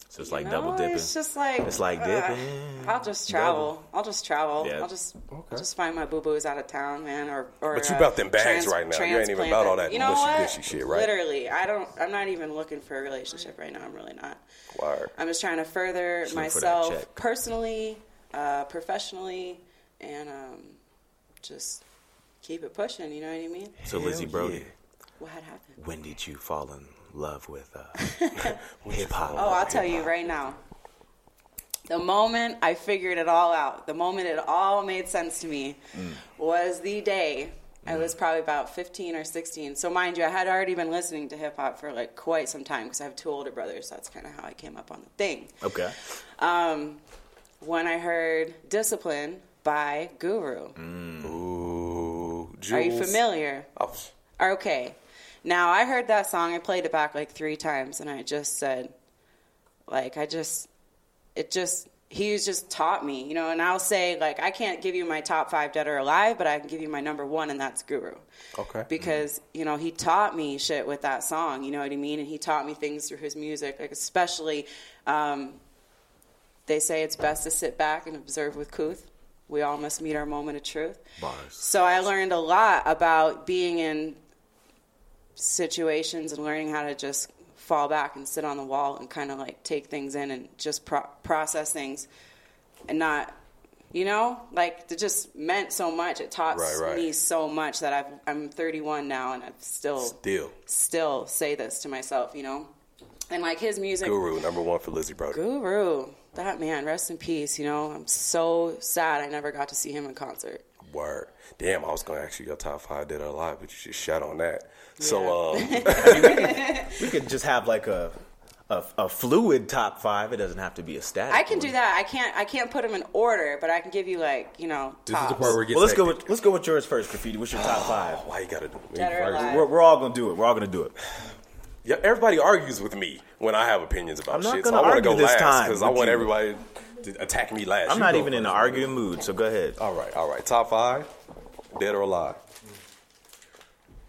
S2: So it's like
S3: no,
S2: double dipping.
S3: It's just like
S2: It's like
S3: ugh,
S2: dipping.
S3: I'll just travel. I'll just travel.
S2: Yeah.
S3: I'll just I'll just find my boo boos out of town, man. Or or
S1: But you
S3: uh,
S1: about them bags right now. You ain't even about all
S3: transplant
S1: that
S3: it. You know what?
S1: mushy-gushy shit, right?
S3: Literally, I don't. I'm not even looking for a relationship right now. I'm really not.
S1: Word.
S3: I'm just trying to further
S2: looking for that
S3: myself
S2: check.
S3: personally, uh, professionally, and um, just keep it pushing. You know what I mean?
S2: so Lizzie Brody,
S3: What had happened?
S2: when did you fall in love with
S3: [LAUGHS]
S2: uh, hip hop?
S3: Oh, I'll tell you right now. The moment I figured it all out, the moment it all made sense to me, was the day I was probably about 15 or 16. So, mind you, I had already been listening to hip hop for like quite some time because I have two older brothers. So that's kind of how I came up on the thing.
S2: Okay.
S3: When I heard "Discipline" by Guru,
S1: Ooh, Jules.
S3: are you familiar?
S1: Oh,
S3: Okay. Now I heard that song. I played it back like three times, and I just said, like, I just, it just he was just taught me, you know, and I'll say like I can't give you my top five dead or alive, but I can give you my number one, and that's Guru.
S1: Okay. Mm-hmm.
S3: Because you know he taught me shit with that song, you know what I mean, and he taught me things through his music, like especially. Um, they say it's best to sit back and observe with Kuth. We all must meet our moment of truth.
S2: Bars.
S3: So I learned a lot about being in situations and learning how to just fall back and sit on the wall and kind of like take things in and just pro- process things and not you know like it just meant so much it taught
S1: Right, right.
S3: me so much that I've, i'm 31 now and i've still
S1: Still,
S3: still say this to myself you know and like his music
S1: Guru number one for Lizzie Brody.
S3: guru that man rest in peace you know i'm so sad i never got to see him in concert
S1: Word. Damn, I was gonna ask you your top five dead or alive, but you just shut on that.
S3: [LAUGHS]
S1: So um, [LAUGHS]
S2: We could just have like a, a a fluid top five. It doesn't have to be a static.
S3: I can do
S2: one.
S3: that. I can't. I can't put them in order, but I can give you like you know.
S4: This is the
S3: tops.
S4: part where it gets
S2: Well, let's go
S4: hectic.
S2: with let's go with yours first, Graffiti. What's your top five?
S1: why you gotta do it?
S3: Dead or alive.
S2: We're, we're all gonna do it. We're all gonna do it.
S1: Yeah, everybody argues with me when I have opinions about
S2: I'm not
S1: shit. So I
S2: gonna
S1: want to
S2: argue
S1: go last
S2: this time
S1: because I
S2: with
S1: want
S2: you.
S1: everybody to attack me last.
S2: I'm
S1: You
S2: not
S1: go
S2: even in an
S1: first.
S2: arguing mood, so go ahead.
S1: All right, all right. Top five, dead or alive.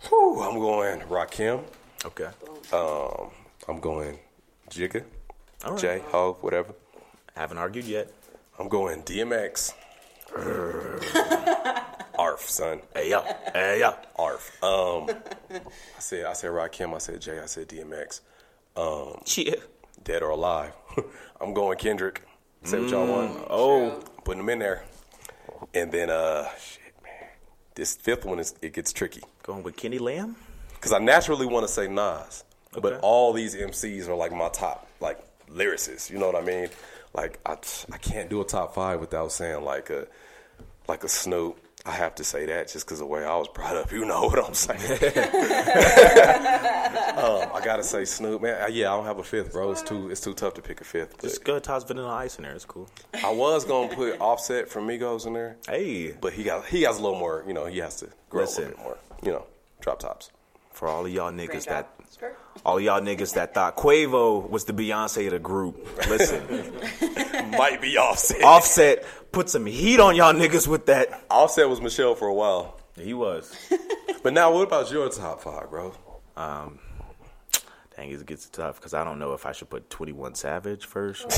S1: Whew, I'm going Rakim.
S2: Okay.
S1: Um, I'm going Jigga,
S2: All right.
S1: J, Ho, whatever.
S2: Haven't argued yet.
S1: I'm going
S2: [LAUGHS]
S1: DMX. Arf, son.
S2: Hey yo, hey yo.
S1: Arf. Um, I said I said Rakim. I said Jay. I said DMX.
S2: Chia.
S1: Dead or alive. [LAUGHS] I'm going Kendrick. Say what y'all want.
S2: Oh,
S1: Putting them in there, and then uh, shit, man. This fifth one is it gets tricky
S2: going with Kenny Lamb.
S1: because I naturally want to say Nas,
S2: Okay.
S1: but all these MCs are like my top like lyricists. You know what I mean? Like I I can't do a top five without saying like a like a Snoop. I have to say that just because the way I was brought up, you know what I'm
S2: [LAUGHS]
S1: saying. um, I gotta say Snoop, man. Uh, Yeah, I don't have a fifth, bro. It's too it's too tough to pick a fifth. But
S2: Just go toss Vanilla Ice in there. It's cool.
S1: I was gonna put Offset from Migos in there,
S2: Hey,
S1: but he got he has a little more. You know, he has to grow a
S2: Listen.
S1: little bit more. You know, drop tops.
S2: for all of y'all niggas
S3: job.
S2: that all y'all niggas that thought Quavo was the Beyonce of the group. Listen, [LAUGHS]
S1: Might be Offset.
S2: Offset put some heat on y'all niggas with that.
S1: Offset was Michelle for a while.
S2: He was.
S1: But now, what about your top five, bro?
S2: Dang, it gets tough because I don't know if I should put Twenty One Savage first or,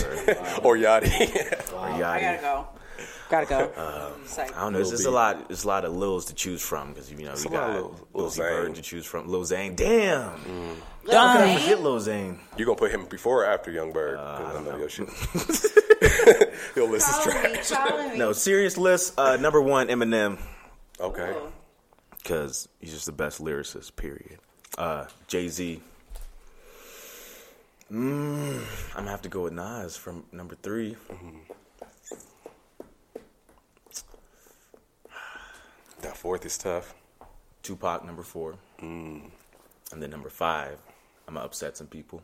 S1: Or Yachty? [LAUGHS]
S2: or
S3: Oh, I gotta
S2: Yachty.
S3: go. Gotta [LAUGHS] go. Psych.
S2: I don't know. It's just a lot. It's a lot of Lils to choose from because you know you
S1: a lot
S2: got
S1: of
S2: Lil,
S1: Lil- Lil
S2: Z Bird
S1: Zane.
S2: to choose from. Lil Zane, damn,
S3: Mm. Lil
S2: How can I
S3: Zane?
S2: forget Lil Zane.
S1: you gonna put him before or after Young Bird? 'Cause I, know your shit. Your list is
S3: Follow me,
S1: trash.
S3: follow me.
S2: No, serious list. Uh, number one, Eminem,
S1: Okay.
S2: because he's just the best lyricist. Period. Uh, Jay Z. Mm, I'm gonna have to go with Nas from number three.
S1: That fourth is tough.
S2: Tupac number four,
S1: Mm.
S2: and then number five. I'm gonna upset some people.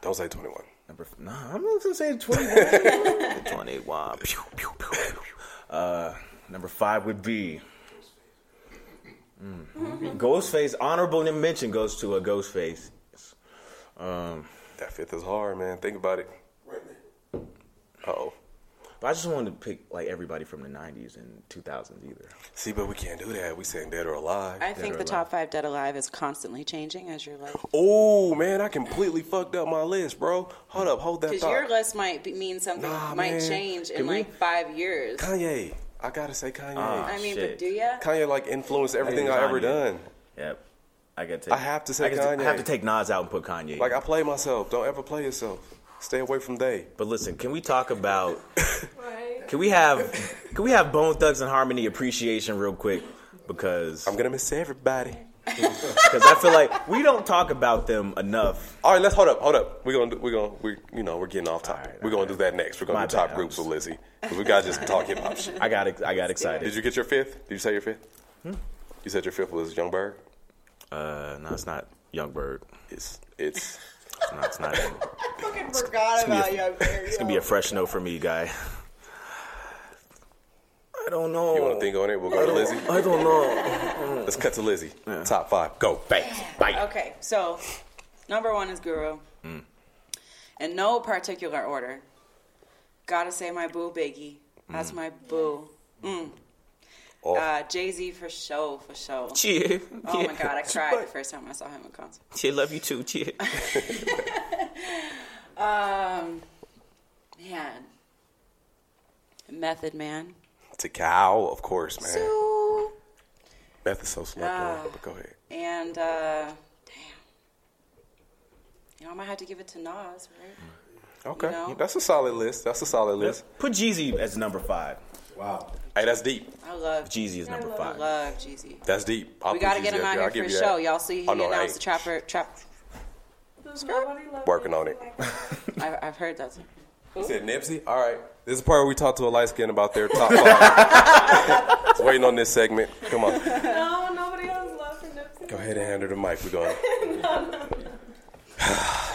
S1: Don't say 21.
S2: Number f- no, I'm not gonna say 21.
S3: [LAUGHS]
S2: 21. Pew, pew, pew, pew. Uh, number five would be. Mm.
S3: Mm-hmm.
S2: Ghostface, honorable mention goes to a Ghostface.
S1: That fifth is hard, man. Think about it. Oh.
S2: But I just wanted to pick like everybody from the 90s and 2000s either.
S1: See, but we can't do that. We saying dead or alive.
S3: I think the top five dead alive is constantly changing as your life.
S1: oh man, I completely fucked up my list, bro. Hold up, hold that
S3: Because
S1: thought.
S3: your list might be, mean something
S1: Nah,
S3: might
S1: man.
S3: change in
S1: Can we-
S3: like five years.
S1: Kanye. I gotta say Kanye.
S3: I
S2: Ah,
S3: mean,
S2: shit.
S3: but do ya?
S1: Kanye like influenced everything
S2: Hey,
S1: I ever
S2: Kanye.
S1: done.
S2: Yep. I got to.
S1: I have to say
S2: I, gotta- I
S1: Kanye.
S2: have to take Nas out and put Kanye.
S1: Like I play myself. Don't ever play yourself. Stay away from they.
S2: but listen, can we
S1: [LAUGHS]
S2: talk about? Can we have? Can we have Bone Thugs and Harmony appreciation real quick? Because
S1: I'm gonna miss everybody.
S2: because I feel like we don't talk about them enough.
S1: All right, let's hold up, hold up. We're gonna, do, we're gonna, we, you know, we're getting off topic. we're gonna do that next. We're gonna
S2: My
S1: do top
S2: bad.
S1: groups with Lizzie. 'Cause We gotta
S2: [LAUGHS]
S1: just talk hip hop shit.
S2: I got ex- I got excited. Hmm?
S1: Did you get your fifth? Did you say your fifth? You said your fifth was Young Bird.
S2: Uh, no, it's not Young Bird.
S1: It's
S2: [LAUGHS]
S1: it's
S2: It's not. It's, not, it's
S3: fucking forgot
S2: gonna be a-
S3: It's
S2: gonna be a fresh no for me, guy. I don't know.
S1: you want to think on it. We'll
S2: Oh.
S1: go to Lizzie.
S2: I don't know.
S1: Let's cut to Lizzie. Top five. Go. Bang. Bang.
S3: Okay, so number one is Guru, in no particular order. Gotta say my boo Biggie. That's my boo. Mm.
S1: Oh,
S3: Uh, Jay Z for show, for show.
S2: Cheer.
S3: Oh my god, I cried the first time I saw him in concert.
S2: Cheer, love you too. Cheer.
S3: Man. Method Man.
S1: to cow, of course, man.
S3: So, uh,
S1: Meth is so slept on. But go ahead.
S3: and, uh, damn. You know, I might have to give it to Nas, right?
S1: Okay,
S3: You know?
S1: that's a solid list. That's a solid list.
S2: Put Jeezy as number five.
S4: Wow.
S1: Hey, that's deep.
S3: I love
S2: Jeezy is number
S3: I
S2: five.
S3: love Jeezy.
S1: That's deep. I'll
S3: We
S1: put
S3: gotta
S1: Jeezy
S3: get him
S1: up
S3: out
S1: I'll
S3: here
S1: give
S3: for
S1: you
S3: show.
S1: that.
S3: Y'all see he
S1: I know,
S3: announced
S1: hey,
S3: the trapper trap.
S1: Working on it.
S3: I've, I've heard that.
S1: He said Nipsey. All right. This is the part where we talk to a light skin about their top five. Just waiting on this segment. Come on.
S5: [LAUGHS] No, nobody else loves for Nipsey.
S1: Go ahead and hand her the mic. We're going.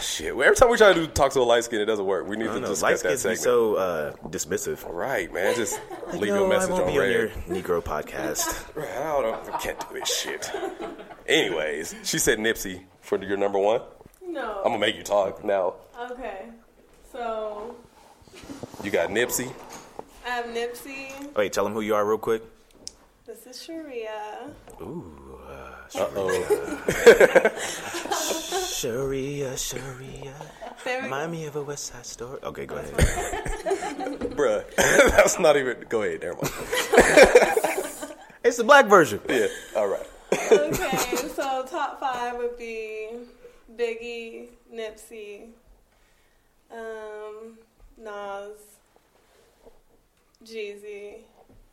S1: [SIGHS] Shit. Well, every time we try to do talk to a light skin, it doesn't work. We need
S2: I
S1: to
S2: don't know.
S1: just
S2: Light
S1: cut that
S2: skins
S1: segment.
S2: be so uh, dismissive.
S1: right, man. Just leave
S2: no,
S1: your message
S2: [LAUGHS] I won't
S1: on
S2: be
S1: red.
S2: on your Negro
S1: [LAUGHS]
S2: podcast.
S1: Right, I don't- I can't do this shit. Anyways, she said Nipsey for your number one.
S5: No.
S1: I'm gonna make you talk now.
S5: okay. So
S1: You got Nipsey.
S5: I have Nipsey.
S2: Wait, tell them who you are real quick.
S5: This is Sharia.
S2: Ooh, uh,
S1: Uh oh.
S2: Sharia, Sharia,
S5: There we
S2: remind me of a West Side Story. Okay, go ahead.
S1: Bruh. [LAUGHS] That's not even. Go ahead. Never mind.
S2: It's the black version.
S1: Yeah. All right.
S5: okay, so top five would be Biggie, Nipsey, um, Nas, Jeezy,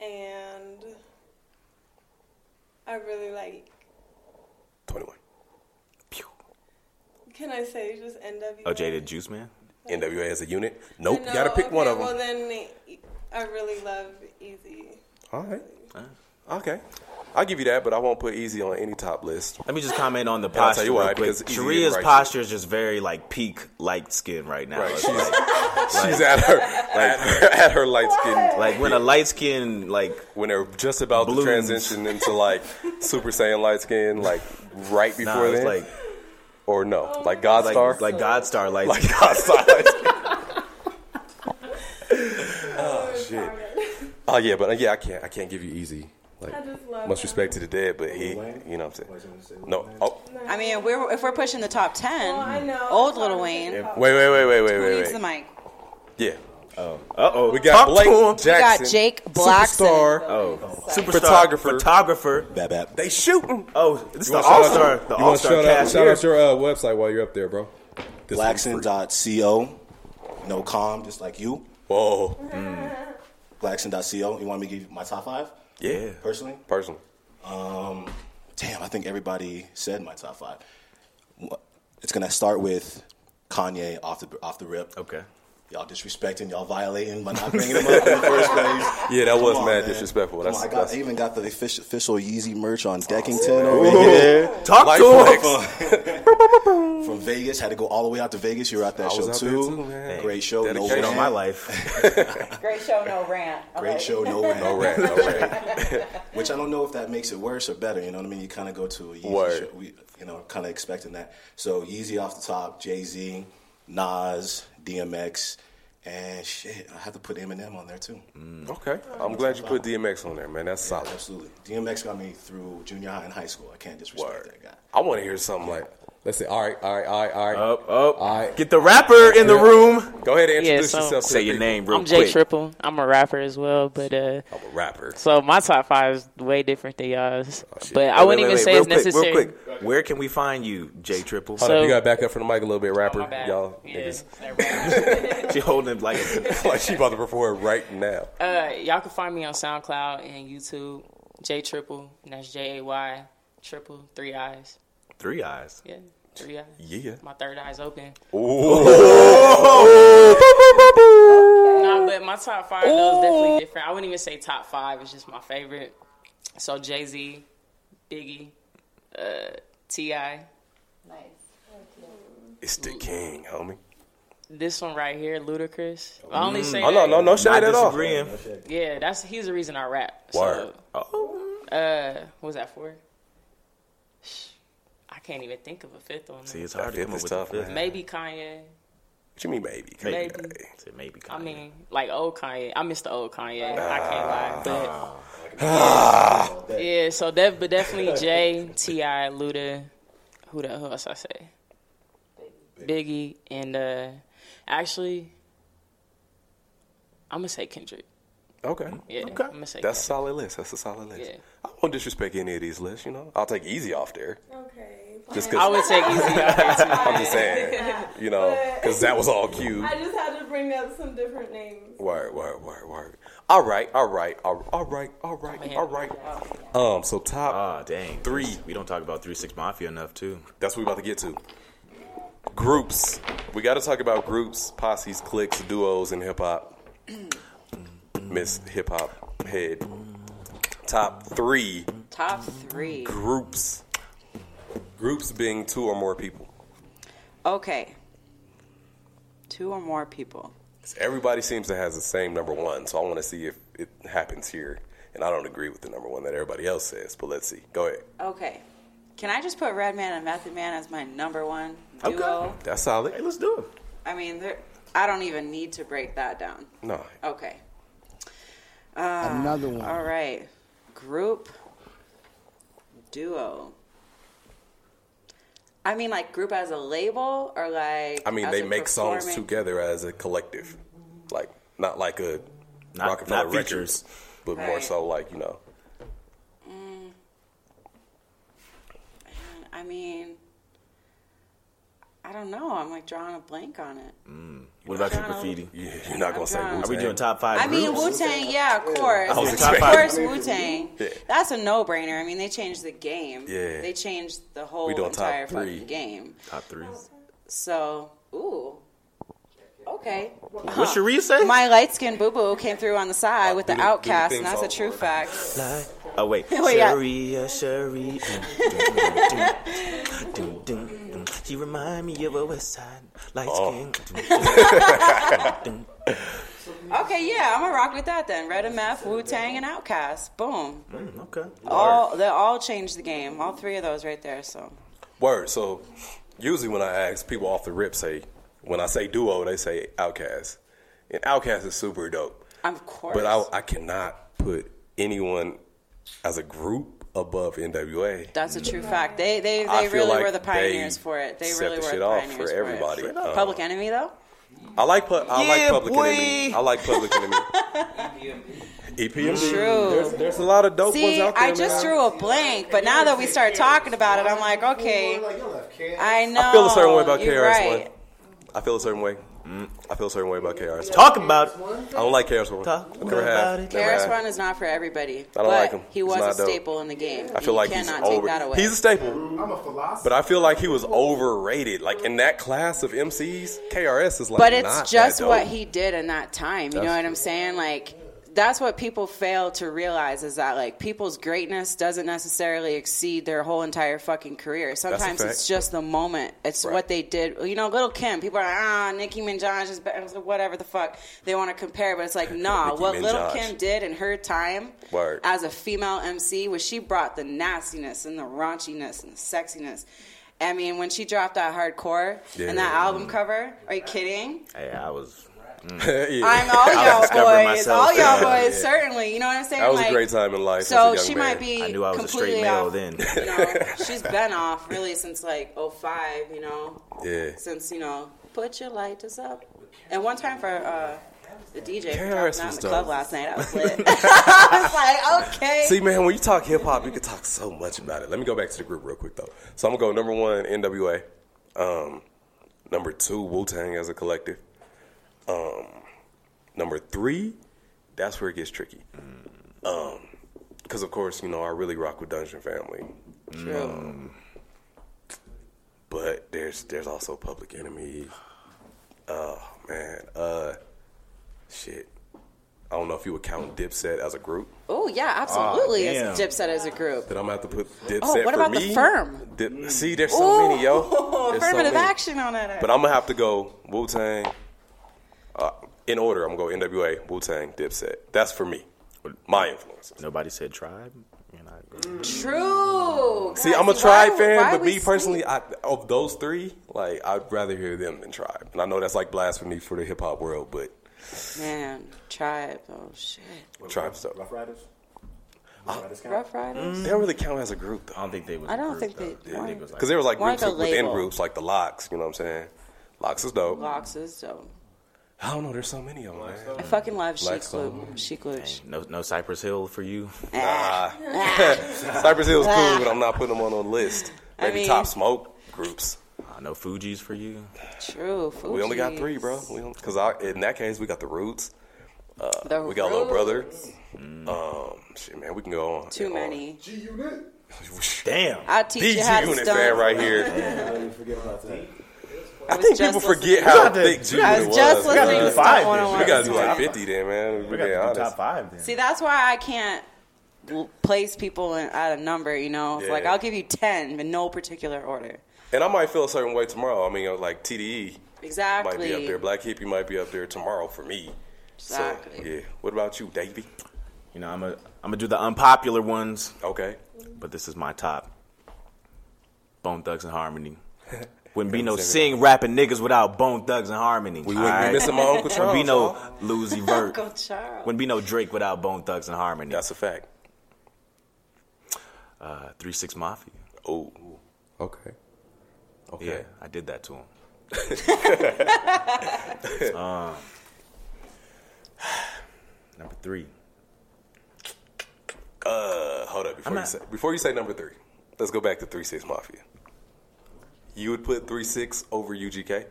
S5: and I really like.
S1: 21.
S2: Pew.
S5: Can I say just N.W.A.?
S2: Oh, Jada Juice Man.
S1: NWA as a unit. Nope.
S5: No,
S1: Oh, gotta pick one
S5: okay,
S1: of them.
S5: Well, then I really love Easy.
S1: All right. Okay. I'll give you that, but I won't put easy on any top list.
S2: Let me just comment on the
S1: I'll
S2: posture.
S1: tell you why,
S2: real quick.
S1: because Easy
S2: Sharia's
S1: is righteous.
S2: posture is just very like peak light skin right now.
S1: Right.
S2: It's
S1: She's,
S2: like,
S1: she's at her at her, at her light skin
S2: like when a light skin like
S1: when they're just about to
S2: Blooms.
S1: transition into like Super Saiyan light skin, like right
S2: nah,
S1: before
S2: it's
S1: then,
S2: like
S1: or no, like God
S2: like
S1: Star,
S2: like God Star light
S1: like
S2: skin.
S1: God [LAUGHS] Star light skin. oh shit! Oh yeah, but uh, yeah, I can't I can't give you easy. Like
S5: I just love
S1: much
S5: him.
S1: respect to the dead, but he, you know what I'm saying? No, oh
S3: I mean, if we're, if we're pushing the top 10,
S5: I know.
S3: old Little Wayne,
S1: wait wait wait wait wait
S3: who needs
S1: wait
S3: the
S1: wait.
S3: mic?
S1: Yeah,
S2: Uh oh,
S1: we got Blake Jackson,
S3: We got Jake Blackson.
S1: superstar.
S2: Oh, superstar
S1: Photographer.
S2: photographer.
S4: Babap.
S1: They shooting.
S2: Oh, this is
S1: You
S2: the
S1: wanna shout
S2: all
S1: out
S2: star.
S1: your-
S2: The
S1: you
S2: all
S1: wanna
S2: star
S1: shout out-
S2: cast.
S1: Shout
S2: here.
S1: out your uh, website while you're up there, bro. This one's free.
S4: Blackson.co. No com, just like you.
S1: Whoa.
S4: Blackson.co. You want me to give you my top five?
S1: Yeah.
S4: Personally?
S1: Personally.
S4: Um, damn, I think everybody said my top five. It's gonna start with Kanye off the off the rip.
S2: Okay.
S4: Y'all disrespecting, y'all violating
S1: [LAUGHS]
S4: by not bringing him up in the first place.
S1: Yeah, that was
S4: Come on,
S1: mad
S4: man.
S1: disrespectful.
S4: Come on,
S1: That's-
S4: I, got,
S1: that's- Oh,
S4: I even got the official, official Yeezy merch on Deckington over here.
S2: Talk
S1: Life
S2: to him.
S1: flex.
S4: From Vegas, had to go all the way out to Vegas. You were at that
S1: I
S4: show
S1: was out there
S4: too.
S1: too, man.
S4: Great show, no
S1: Dedication
S4: rant.
S2: On
S1: [LAUGHS]
S2: my life.
S3: Great show, no rant. I
S4: Great
S3: like
S4: show, no rant.
S1: No rant, no [LAUGHS] rant.
S4: Which I don't know if that makes it worse or better. You know what I mean? You kind of go to a Yeezy
S1: Word.
S4: show, we, you know, kind of expecting that. So Yeezy off the top, Jay Z, Nas, DMX, and shit. I have to put Eminem on there too.
S1: Mm. Okay. I'm glad you put DMX on there, man. That's solid.
S4: Absolutely. DMX got me through junior high and high school. I can't disrespect
S1: Word.
S4: that guy.
S1: I want to hear something like, let's say, all right, all right, all right, all right.
S2: Up, up.
S1: All right.
S2: Get the rapper in the
S1: Oh, Yeah.
S2: room.
S1: Go ahead and introduce
S6: Yeah, so-
S1: yourself. To
S2: Say
S1: the
S2: your
S1: people.
S2: name real
S6: I'm Jay
S2: quick. Oh,
S6: Triple. I'm a rapper as well, but uh,
S1: I'm a rapper.
S6: so my top five is way different than y'all's.
S1: shit.
S6: but I
S2: Oh, Wait,
S6: wouldn't
S2: wait,
S6: even
S2: wait,
S6: say
S2: real
S6: it's
S2: quick,
S6: necessary.
S2: Real quick, where can we find you, Jay Triple?
S1: Hold up,
S6: So- Oh,
S1: you got to back up from the mic a little bit, rapper.
S6: My bad.
S1: Y'all
S6: Yeah,
S1: niggas.
S6: [LAUGHS] that rap.
S2: [LAUGHS] she holding it like a,
S1: like [LAUGHS] she about to perform right now.
S6: Uh, y'all can find me on SoundCloud and YouTube. J Triple, and that's J A Y Triple, three eyes.
S2: three eyes.
S6: Yeah, three eyes.
S1: Yeah.
S6: My third eye's open.
S1: Ooh.
S6: Nah, but my top five though is definitely different. I wouldn't even say top five; it's just my favorite. So Jay Z, Biggie, uh, Ti. Nice.
S1: It's the king, homie.
S6: This one right here, Ludacris. I only say
S1: Oh, no,
S6: that-
S1: no, no shade
S2: Not
S1: at all.
S2: disagreeing.
S6: Yeah, that's he's the reason I rap.
S1: Word.
S6: So, uh, what was that for? I can't even think of a fifth one.
S2: See, it's
S1: That
S2: hard to
S1: fifth
S2: come up
S1: is
S2: with
S1: tough,
S2: the fifth.
S1: man.
S6: Maybe Kanye.
S1: What you mean, maybe? Come
S6: Maybe.
S1: on, hey.
S2: Said Maybe Kanye.
S6: I mean, like old Kanye. I miss the old Kanye. I can't lie. But yeah, so def- but definitely Jay, Ti, Luda, who the who else I say, Biggie, and uh, actually, I'm gonna say Kendrick.
S1: Okay.
S6: Yeah, okay. I'm gonna say
S1: That's a solid list. That's a solid list.
S6: Yeah.
S1: I won't disrespect any of these lists, you know. I'll take easy off there.
S5: Okay.
S1: Just
S5: fine.
S1: because
S6: Kendrick. I would take Easy out there too.
S1: I'm just
S6: [LAUGHS]
S1: saying, you know, because that was all cute.
S5: I just had to bring up some different names.
S1: Word, word, word, word. All right, all right, all all right, all right, all right. Um, so top,
S2: Ah, dang.
S1: Three.
S2: We don't talk about Three Six Mafia enough, too.
S1: that's what we're about to get to. Groups. We got to talk about groups, posses, cliques, duos, and hip hop. [CLEARS THROAT] Miss Hip Hop Head. Top three
S3: Top three.
S1: groups. Groups being two or more people.
S3: Okay. Two or more people.
S1: Everybody seems to has the same number one, so I want to see if it happens here. And I don't agree with the number one that everybody else says, but let's see. Go ahead.
S3: Okay. Can I just put Redman and Method Man as my number one duo?
S1: That's solid.
S2: Hey, let's do it.
S3: I mean, they're- I don't even need to break that down.
S1: No.
S3: Okay. Another one. All right. Group, duo. I mean, like group as a label, or like.
S1: I mean,
S3: as
S1: they
S3: a
S1: make songs
S3: performing-
S1: together as a collective, like not like a
S2: Not-
S1: Rockefeller
S2: not
S1: Records,
S2: features.
S1: but more
S3: Right.
S1: so like you know.
S3: I mean, I don't know. I'm like drawing a blank on it.
S2: What about your
S3: Trying to-
S2: graffiti?
S1: Yeah, you're not gonna say
S3: trying.
S1: Wu-Tang.
S2: Are we doing top five?
S3: I mean, Wu
S2: groups?
S3: Tang, yeah, of course.
S2: was
S3: of
S2: expecting-
S3: course, Wu Tang.
S1: Yeah.
S3: That's a no brainer. I mean, they changed the game.
S1: Yeah.
S3: They changed the whole
S1: We doing top
S3: entire
S1: three.
S3: fucking game.
S2: top three.
S3: So, ooh. Okay.
S2: What's your reason?
S3: My light skinned boo boo came through on the side with
S1: Do the-
S3: the
S1: do the
S3: outcast,
S1: Oh, thing
S3: and that's a
S1: song
S3: true
S1: for it.
S3: fact.
S2: Oh wait,
S3: [LAUGHS] Wait, yeah.
S2: Sharia,
S3: [LAUGHS]
S2: Sharia. Dun, dun, dun, dun, dun. She remind me of a West Side light
S1: Oh.
S2: skin. Dun, dun, dun.
S3: Okay, yeah, I'm gonna rock with that then. Red MF, Wu Tang, and Outcast. Boom.
S2: Mm, okay.
S3: All they all changed the game. All three of those right there. So
S1: Word. So usually when I ask people off the rip, say when I say duo, they say Outkast, and Outkast is super dope.
S3: of course.
S1: But I, I cannot put anyone as a group above NWA.
S3: that's a true fact. They they,
S1: I
S3: they
S1: feel
S3: really
S1: like
S3: were the pioneers
S1: they
S3: for it. They
S1: set
S3: really
S1: the
S3: were
S1: shit
S3: the
S1: off for
S3: pioneers for,
S1: everybody.
S3: it.
S1: Uh,
S3: Public Enemy though.
S1: I like pu- I like
S2: Yeah,
S1: Public
S2: boy.
S1: Enemy. I like Public Enemy. E EPMD.
S3: True.
S1: There's, there's a lot of dope ones
S3: See,
S1: out there.
S3: I just
S1: man.
S3: drew a blank, but now that we start talking about it, I'm like, okay, I know.
S1: I feel a certain way about
S3: You're
S1: KRS
S3: right.
S1: One. I feel a certain way. Mm, I feel a certain way about KRS. One.
S2: Talk about
S3: Oh.
S2: it.
S1: I don't like KRS One.
S2: Talk
S1: I never have.
S2: about it.
S1: Never
S3: KRS
S1: have.
S3: One is not for everybody.
S1: I don't
S3: but
S1: like him.
S3: He
S1: He's
S3: was
S1: not
S3: a
S1: dope.
S3: staple in the game.
S1: I feel
S3: you
S1: like he's
S3: cannot
S1: over.
S3: take that away.
S1: He's a staple. I'm a philosopher. But I feel like he was overrated. Like in that class of MCs, KRS is like.
S3: but it's
S1: not
S3: just
S1: that dope.
S3: what he did in that time. You know
S1: That's-
S3: what I'm saying? Like that's what people fail to realize is that like people's greatness doesn't necessarily exceed their whole entire fucking career. Sometimes
S1: fact.
S3: it's just the moment. It's
S1: Right.
S3: what they did. You know, Little Kim. People are like, ah, Nicki Minaj is better. Whatever the fuck they want to compare, but
S1: [LAUGHS]
S3: it's like nah.
S1: Nicki
S3: what Little
S1: Minaj.
S3: Kim did in her time
S1: Word.
S3: as a female MC was she brought the nastiness and the raunchiness and the sexiness. I mean, when she dropped that hardcore and that
S1: Yeah.
S3: album cover, are you kidding?
S2: Hey, I was.
S1: [LAUGHS] Yeah. [LAUGHS]
S3: I'm all y'all
S2: discovering
S3: boys.
S2: myself.
S3: All y'all
S2: Yeah.
S3: boys, certainly. You know what I'm saying?
S1: That was a
S3: Like,
S1: great time in life.
S3: So
S1: as a young
S3: she
S1: man.
S3: might be.
S2: I knew I was a
S3: completely
S2: straight male
S3: off,
S2: then.
S3: [LAUGHS] You know, she's been off really since like '05. You know,
S1: Yeah.
S3: since you know, put your lighters up. And one time for uh, the DJ for
S1: KRS
S3: dropping out
S1: was
S3: in the club
S1: dope.
S3: last night, I
S1: [LAUGHS]
S3: was lit. [LAUGHS] I was like, okay.
S1: See, man, when you talk hip hop, you can talk so much about it. Let me go back to the group real quick, though. So I'm gonna go number one, NWA. Um, number two, Wu Tang as a collective. Um, number three, that's where it gets tricky. Um, because of course, you know, I really rock with Dungeon Family, Um,
S3: True.
S1: but there's there's also Public Enemy. Oh man, uh, shit. I don't know if you would count Dipset as a group,
S3: Oh yeah, absolutely.
S2: damn.
S3: It's Dipset as a group.
S1: but I'm gonna have to put Dipset
S3: Oh, what
S1: for
S3: about The
S1: me.
S3: Firm?
S1: Dip- See, there's so many, yo.
S3: Ooh,
S1: There's so
S3: affirmative
S1: many.
S3: action on that.
S1: But I'm gonna have to go Wu Tang. Uh, in order, I'm gonna go NWA, Wu Tang, Dipset. That's for me. My influences.
S2: Nobody said tribe. And I,
S3: True.
S1: See,
S3: God,
S1: I'm a
S3: why-
S1: Tribe fan,
S3: why
S1: but
S3: we
S1: me
S3: sleep?
S1: personally, I, of those three, like I'd rather hear them than Tribe. And I know that's like blasphemy for the hip hop world, but
S3: Man, Tribe. Oh, shit.
S1: Tribe stuff.
S4: Rough Riders. Rough Riders count?
S3: Rough Riders?
S1: They don't really count as a group though,
S7: I don't think they was.
S3: I
S7: a
S3: don't
S7: group,
S3: think
S7: though.
S3: they-
S7: I think
S3: why-
S7: it was like
S1: because there was like
S3: Like
S1: groups
S3: a
S1: within
S3: label.
S1: groups, like the Locks. You know what I'm saying? Locks is dope.
S3: Locks is dope.
S1: Mm. I don't know. There's so many of them. Man.
S3: I fucking love Chic
S1: Blackstone.
S3: Loop. Chic Loop.
S2: No, no Cypress Hill for you.
S1: Ah. [LAUGHS] Cypress Hill's cool, but I'm not putting them on a list.
S3: I
S1: Maybe
S3: mean-
S1: top smoke groups.
S2: Uh, no Fuji's for you.
S3: True.
S1: We only got three,
S3: Fugees.
S1: bro. We because in that case we got the Roots,
S3: The
S1: we got Little Brother.
S3: Roots.
S1: Um, shit, man, we can go on.
S3: Too
S1: and on.
S3: many.
S7: damn.
S3: I'll teach
S1: These
S3: you how to
S1: unit
S3: stunt.
S1: fan right
S3: [LAUGHS]
S1: here.
S4: I didn't forget about that.
S3: I
S1: I
S3: was
S1: think
S3: just
S1: people
S3: listening-
S1: forget how
S7: gotta-
S1: thick G
S7: we gotta
S3: I
S1: Unit
S3: was
S1: was.
S3: just
S1: man.
S3: listening
S7: do
S3: to
S7: five
S3: Stunt
S7: this year.
S1: We gotta
S3: 101.
S1: do like 50 then, man.
S7: We
S1: We
S7: got
S1: being
S7: to do
S1: honest.
S7: top five then.
S3: See, that's why I can't l- place people in, out of number, you know? It's like,
S1: Yeah.
S3: I'll give you 10 in no particular order.
S1: And I might feel a certain way tomorrow. I mean, uh, like TDE might
S3: Exactly.
S1: be up there. Black Hippie might be up there tomorrow for me. So,
S3: Exactly.
S1: yeah. What about you, Davey?
S2: You know, I'm a, I'm gonna do the unpopular ones,
S1: Okay.
S2: but this is my top. Bone Thugs
S1: [LAUGHS]
S2: and Harmony. Wouldn't be no sing rapping niggas without Bone Thugs and Harmony.
S1: We wouldn't be missing my [LAUGHS] Uncle Charles.
S2: Wouldn't be no
S1: y'all.
S2: Lucy
S3: [LAUGHS]
S2: Vert.
S3: [LAUGHS] Uncle Charles.
S2: Wouldn't be no Drake without Bone Thugs and Harmony.
S1: That's a fact.
S2: uh, Three Six Mafia.
S1: Oh. Okay. Okay.
S2: Yeah, I did that [LAUGHS] to him. Um, number three.
S1: Uh, hold up. Before,
S2: I'm
S1: you
S2: not-
S1: say, before you say number three, let's go back to 3 6 Mafia. You would put 3 6 over UGK?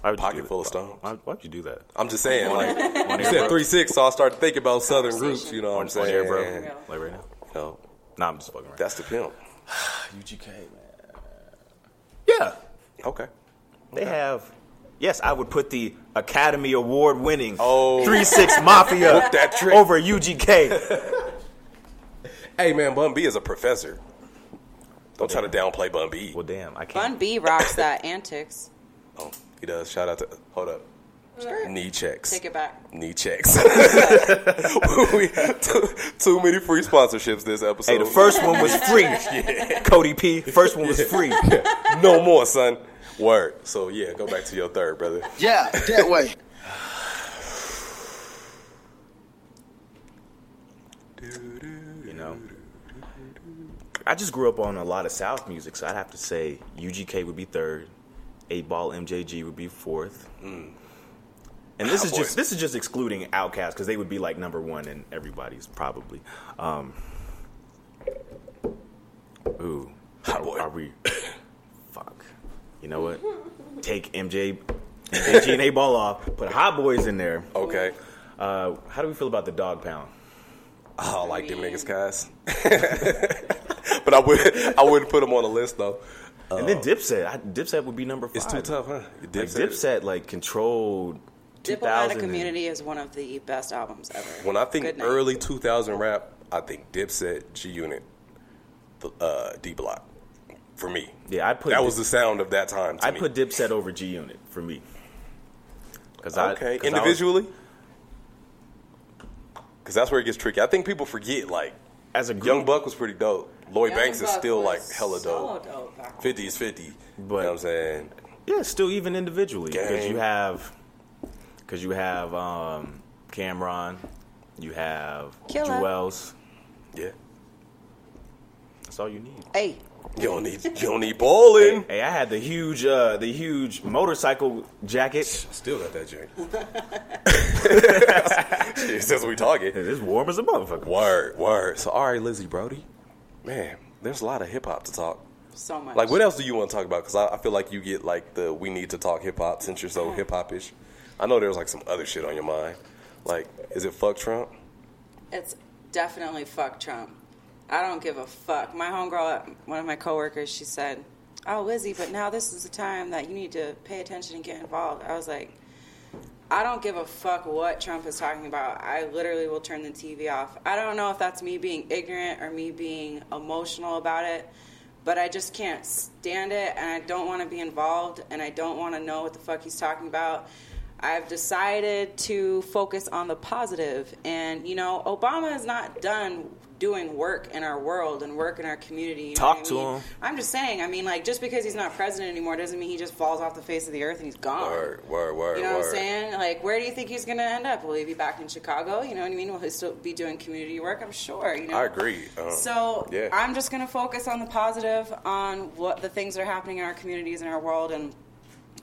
S2: Why would you
S1: Pocket
S2: do that?
S1: full of stones.
S2: Why, why'd you do that?
S1: I'm just saying,
S2: [LAUGHS]
S1: like, you said 3 6, so I started thinking about Southern roots, you know what I'm
S2: On
S1: saying?
S2: air, bro.
S3: Yeah.
S2: Like right now.
S1: No,
S2: Nah, I'm just fucking around.
S1: that's the pimp.
S7: UGK man.
S2: yeah.
S1: Okay.
S2: They have. Yes, I would put the Academy Award winning
S1: Oh.
S2: 3 [LAUGHS] 6 Mafia
S1: Whoop that trick.
S2: over [LAUGHS] UGK.
S1: Hey, man, Bun B is a professor. Don't try to downplay Bun B.
S2: well, damn, I can't.
S3: Bun B rocks that antics.
S1: Oh, he does. Shout out to. Hold up. Knee checks.
S3: Take it back.
S1: Knee checks. [LAUGHS] We- too, too many free sponsorships this episode.
S2: Hey, the first one [LAUGHS] was free. Cody P. First one was [LAUGHS] free.
S1: no more, son. Word. So yeah, go back to your third, brother.
S8: Yeah, that way.
S2: You know, I just grew up on a lot of South music, so I'd have to say UGK would be third, Eight Ball MJG would be fourth, and this is
S1: Boy.
S2: just this is just excluding Outkast because they would be like number one in everybody's probably. Um, ooh, are,
S1: boy.
S2: are we? Fuck. You know what? Take MJ, MJG and Eight Ball off. Put Hot Boys in there.
S1: Okay.
S2: Uh, how do we feel about the Dog Pound?
S1: Oh, I like them niggas, guys. [LAUGHS] but I would, I wouldn't put them on the list though.
S2: And then Dipset, I, Dipset would be number five.
S1: It's too tough, huh?
S2: Like Dipset, like controlled. 2000
S3: Diplomatic
S2: and-
S3: Community is one of the best albums ever.
S1: When I think
S3: Good night.
S1: early 2000 rap, I think Dipset, G Unit, uh, D Block. For me,
S2: Yeah, I put
S1: that
S2: Dip-
S1: was the sound of that time. To
S2: I
S1: me.
S2: put Dipset over G Unit for me. Cause I-
S1: okay
S2: 'cause I was-
S1: individually, because that's where it gets tricky. I think people forget like
S2: as a group,
S1: Young Buck was pretty dope. Lloyd
S3: Young
S1: Banks is
S3: Buck
S1: still
S3: was
S1: like hella
S3: so
S1: dope.
S3: back then.
S1: Fifty is fifty.
S2: But-
S1: you know what I'm saying
S2: yeah, still even individually, because
S1: Gang.
S2: you have, because you have um, Cameron, you have
S3: Killer.
S2: Jewels.
S1: Yeah.
S2: That's all you need.
S3: Hey,
S1: You don't need you don't need balling.
S2: Hey, I had the huge, uh, the huge motorcycle jacket.
S1: Still got that
S3: [LAUGHS]
S1: [LAUGHS] drink. Since we talking.
S2: It's warm as a motherfucker.
S1: Word, word. So all right, Lizzie Brody. Man, there's a lot of hip hop to talk.
S3: so much.
S1: Like what else do you want to talk about? Because I, I feel like you get like the we need to talk hip hop since you're so hip hop ish. I know there's like some other shit on your mind. Like, is it fuck Trump?
S3: It's definitely fuck Trump. I don't give a fuck. My homegirl, one of my coworkers, she said, "Oh, Lizzie, but now this is the time that you need to pay attention and get involved." I was like, "I don't give a fuck what Trump is talking about. I literally will turn the TV off. I don't know if that's me being ignorant or me being emotional about it." But I just can't stand it, and I don't want to be involved, and I don't want to know what the fuck he's talking about. I've decided to focus on the positive. And, you know, Obama is not done doing work in our world and work in our community. You know
S2: Talk
S3: what I
S2: to
S3: mean?
S2: him.
S3: I'm just saying, I mean, like, just because he's not president anymore doesn't mean he just falls off the face of the earth and he's gone.
S1: Word, word, word,
S3: You know what I'm
S1: word.
S3: saying? Like, where do you think he's going to end up? Will he be back in Chicago? You know what I mean? Will he still be doing community work? I'm sure. You know?
S1: I agree. Um, [LAUGHS]
S3: So
S1: yeah.
S3: I'm just going to focus on the positive, on what the things that are happening in our communities and our world. And,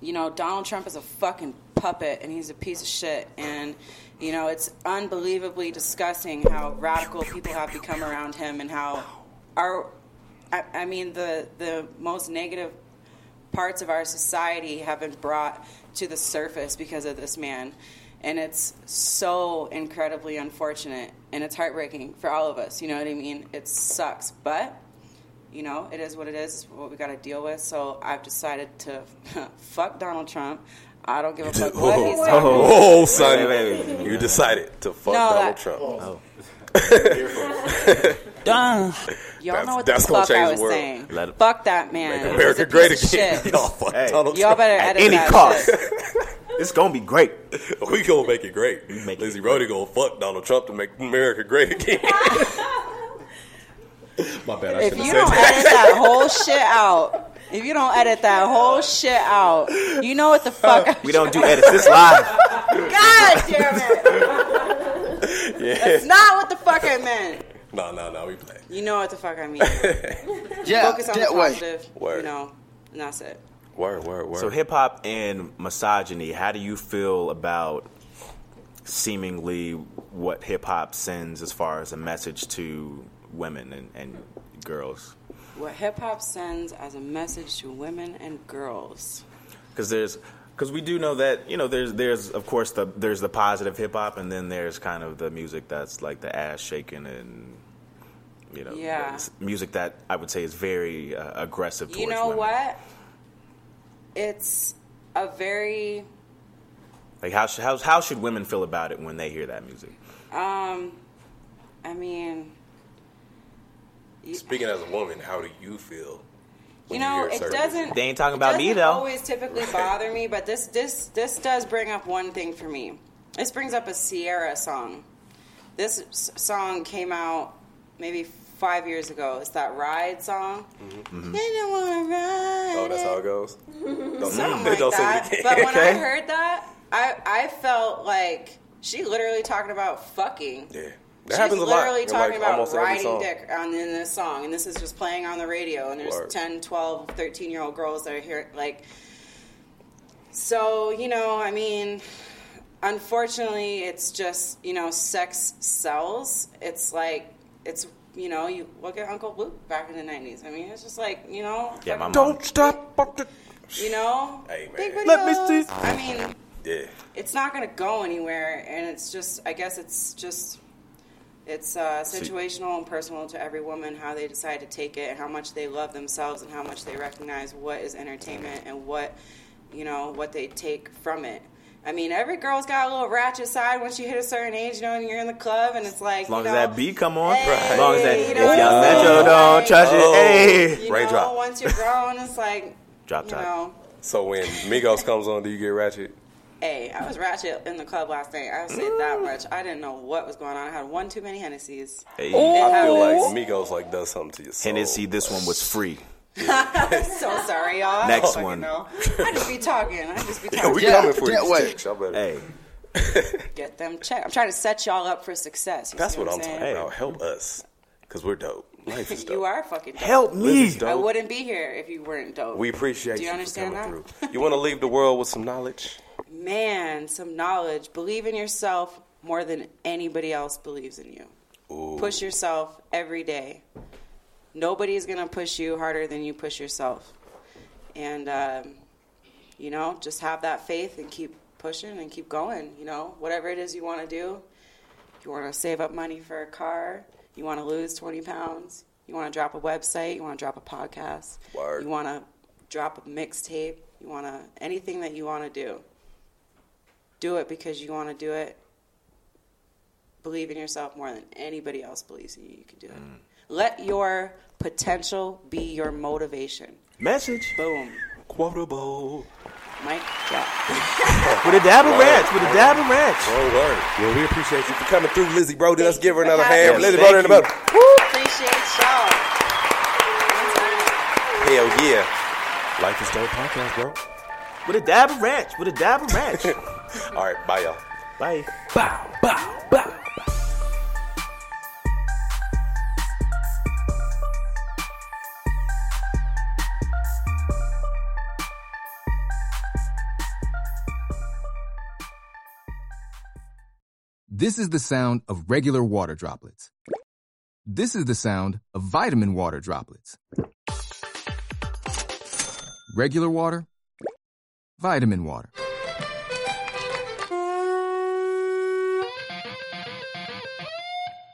S3: you know, Donald Trump is a fucking puppet and he's a piece of shit. And, you know, it's unbelievably disgusting how radical people have become around him and how our, I, I mean, the, the most negative parts of our society have been brought to the surface because of this man. And it's so incredibly unfortunate and it's heartbreaking for all of us. You know what I mean? It sucks. But, you know, it is what it is. It's what we got to deal with. So I've decided to [LAUGHS] fuck Donald Trump. I don't give a fuck what he's doing.
S1: [LAUGHS] Oh, son.
S2: Wait, wait, wait.
S1: You decided to fuck
S3: No, Oh,
S1: Donald
S3: that-
S1: Trump.
S6: Done.
S3: Y'all know
S1: That's-
S3: what the
S1: that's gonna
S3: fuck I
S1: change
S3: was
S1: the world.
S3: saying.
S2: Let it-
S3: fuck that man.
S1: Make
S3: He's
S1: America
S3: a piece
S1: great
S3: of
S1: again.
S2: [LAUGHS]
S1: [LAUGHS]
S3: shit.
S1: Y'all fuck
S2: Hey.
S1: Donald
S3: Y'all
S1: Trump.
S3: better
S2: At
S3: edit
S2: any
S3: that
S2: cost. [LAUGHS]
S3: shit.
S2: It's gonna be great.
S1: [LAUGHS] we gonna make it great.
S2: make it
S1: Lizzie Brody gonna fuck Donald Trump to make America great
S3: [LAUGHS]
S1: again. [LAUGHS]
S4: My bad. I
S3: If
S4: should've
S3: you
S4: said
S3: don't
S4: that.
S3: edit that whole shit out, if you don't edit that whole shit out, you know what the fuck. I-
S2: We don't do edits. This live.
S3: God damn it! That's not what the fuck I meant.
S1: no, no, no. We play.
S3: You know what the fuck I mean.
S8: Yeah,
S3: Focus on the
S8: that way.
S3: positive, you
S1: Word.
S3: know, and that's it.
S1: Word, word, word.
S2: So hip hop and misogyny. How do you feel about seemingly what hip hop sends as far as a message to women and, and girls?
S3: What hip hop sends as a message to women and girls.
S2: Because there's because we do know that you know there's there's of course the there's the positive hip hop and then there's kind of the music that's like the ass shaking and you know
S3: Yeah.
S2: it's music that I would say is very uh, aggressive. Towards
S3: You know
S2: women.
S3: what? It's a very
S2: Like how should how, how should women feel about it when they hear that music?
S3: I mean,
S1: Speaking as a woman, how do you feel?
S3: you
S1: when
S3: know,
S1: hear
S3: it
S1: certain
S3: doesn't.
S2: They ain't talking
S3: it
S2: about me,
S3: doesn't
S2: though.
S3: Always typically bother me, but this this this does bring up one thing for me. This brings up a Sierra song. This s- song came out maybe five years ago. It's that ride song. They don't want to ride.
S1: Mm-hmm. Oh, that's how it goes. Don't-
S3: Something
S1: they [LAUGHS]
S3: like
S1: don't say
S3: that.
S1: it again.
S3: But when I
S2: Okay.
S3: heard that, I I felt like she literally talking about fucking.
S1: Yeah, that
S3: She's
S1: happens a lot.
S3: literally
S1: in,
S3: talking
S1: like,
S3: about
S1: almost every
S3: riding
S1: song.
S3: dick on, in this song, and this is just playing on the radio, and there's
S1: Word.
S3: 10, 12, 13 year old girls that are here. Like, so, you know, I mean, unfortunately, it's just, you know, sex sells. It's like, it's, you know, you look at Uncle Luke back in the 90s. I mean, it's just like, you know,
S2: Yeah, my
S3: fucking-
S2: mom.
S3: you know,
S1: Hey, man.
S3: big videos.
S2: Let me see.
S3: I mean,
S1: Yeah,
S3: it's not going to go anywhere, and it's just, I guess it's just, it's uh, situational and personal to every woman how they decide to take it, and how much they love themselves, and how much they recognize what is entertainment and what, you know, what they take from it. I mean, every girl's got a little ratchet side once you hit a certain age, you know, and you're in the club, and it's like,
S2: As long
S3: you
S2: as
S3: know,
S2: that beat come on,
S3: Hey,
S2: as long as that
S3: you
S2: if
S3: know,
S2: y'all metro
S3: like-
S2: don't touch
S1: Oh.
S2: it, hey.
S3: you know,
S1: Raindrop.
S3: once you're grown,
S2: [LAUGHS]
S3: it's like,
S2: Drop
S3: you
S2: top.
S3: know.
S1: So
S3: [LAUGHS]
S1: when Migos comes on, do you get ratchet?
S3: Hey, I was ratchet in the club last night. I say that much. I didn't know what was going on. I had one too many Hennessy's. Oh.
S2: Hey.
S1: I feel like Migos like does something to your soul.
S2: Hennessy, this one was free.
S3: So sorry, y'all. I
S2: Next
S3: don't fucking
S2: one.
S3: know. I just be talking. I just be
S1: [LAUGHS] Yeah,
S3: talking.
S1: we
S8: Yeah,
S1: coming for
S8: that
S1: these
S8: way.
S1: chicks. Y'all better.
S2: Hey,
S3: Get them check. I'm trying to set y'all up for success. You
S1: That's
S3: see
S1: what I'm
S3: saying?
S1: talking about. Help us, cause we're dope. Life is dope.
S3: [LAUGHS] You are fucking dope.
S2: help me.
S1: Lizzie's
S3: I
S1: dope.
S3: wouldn't be here if you weren't dope.
S1: We appreciate
S3: Do you
S1: you, for
S3: understand
S1: coming
S3: that?
S1: through. You want to leave the world with some knowledge?
S3: [LAUGHS] Man, some knowledge. Believe in yourself more than anybody else believes in you. Push yourself every day. Nobody's going to push you harder than you push yourself. And, um, you know, just have that faith and keep pushing and keep going. You know, whatever it is you want to do, you want to save up money for a car, you want to lose 20 pounds, you want to drop a website, you want to drop a podcast,
S1: Word.
S3: you want to drop a mixtape, you want to anything that you want to do. Do it because you want to do it. Believe in yourself more than anybody else believes in you. You can do it. Let your potential be your motivation.
S2: Message.
S3: Boom.
S1: Quotable.
S3: Mike drop.
S2: With a dab of ranch. With a dab of ranch.
S1: Don't worry. Well, we appreciate you for coming through, Lizzie Broden. Let's give her
S3: Thank
S1: another
S3: you for
S1: hand.
S3: having
S1: Lizzie
S2: me.
S1: Broden in the
S2: Thank
S1: middle.
S3: [LAUGHS] Appreciate y'all.
S1: Hell yeah.
S9: Life is Dope podcast, bro.
S2: With a dab of ranch. With a dab of ranch.
S1: All right, bye, y'all.
S2: Bye.
S9: Bow, bow, bow.
S6: This is the sound of regular water droplets. This is the sound of vitamin water droplets. Regular water, vitamin water.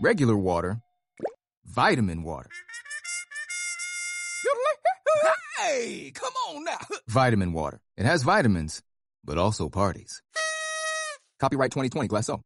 S6: Regular water, vitamin water. Hey, come on now. Vitamin water. It has vitamins, but also parties. Copyright 2020 Glasso.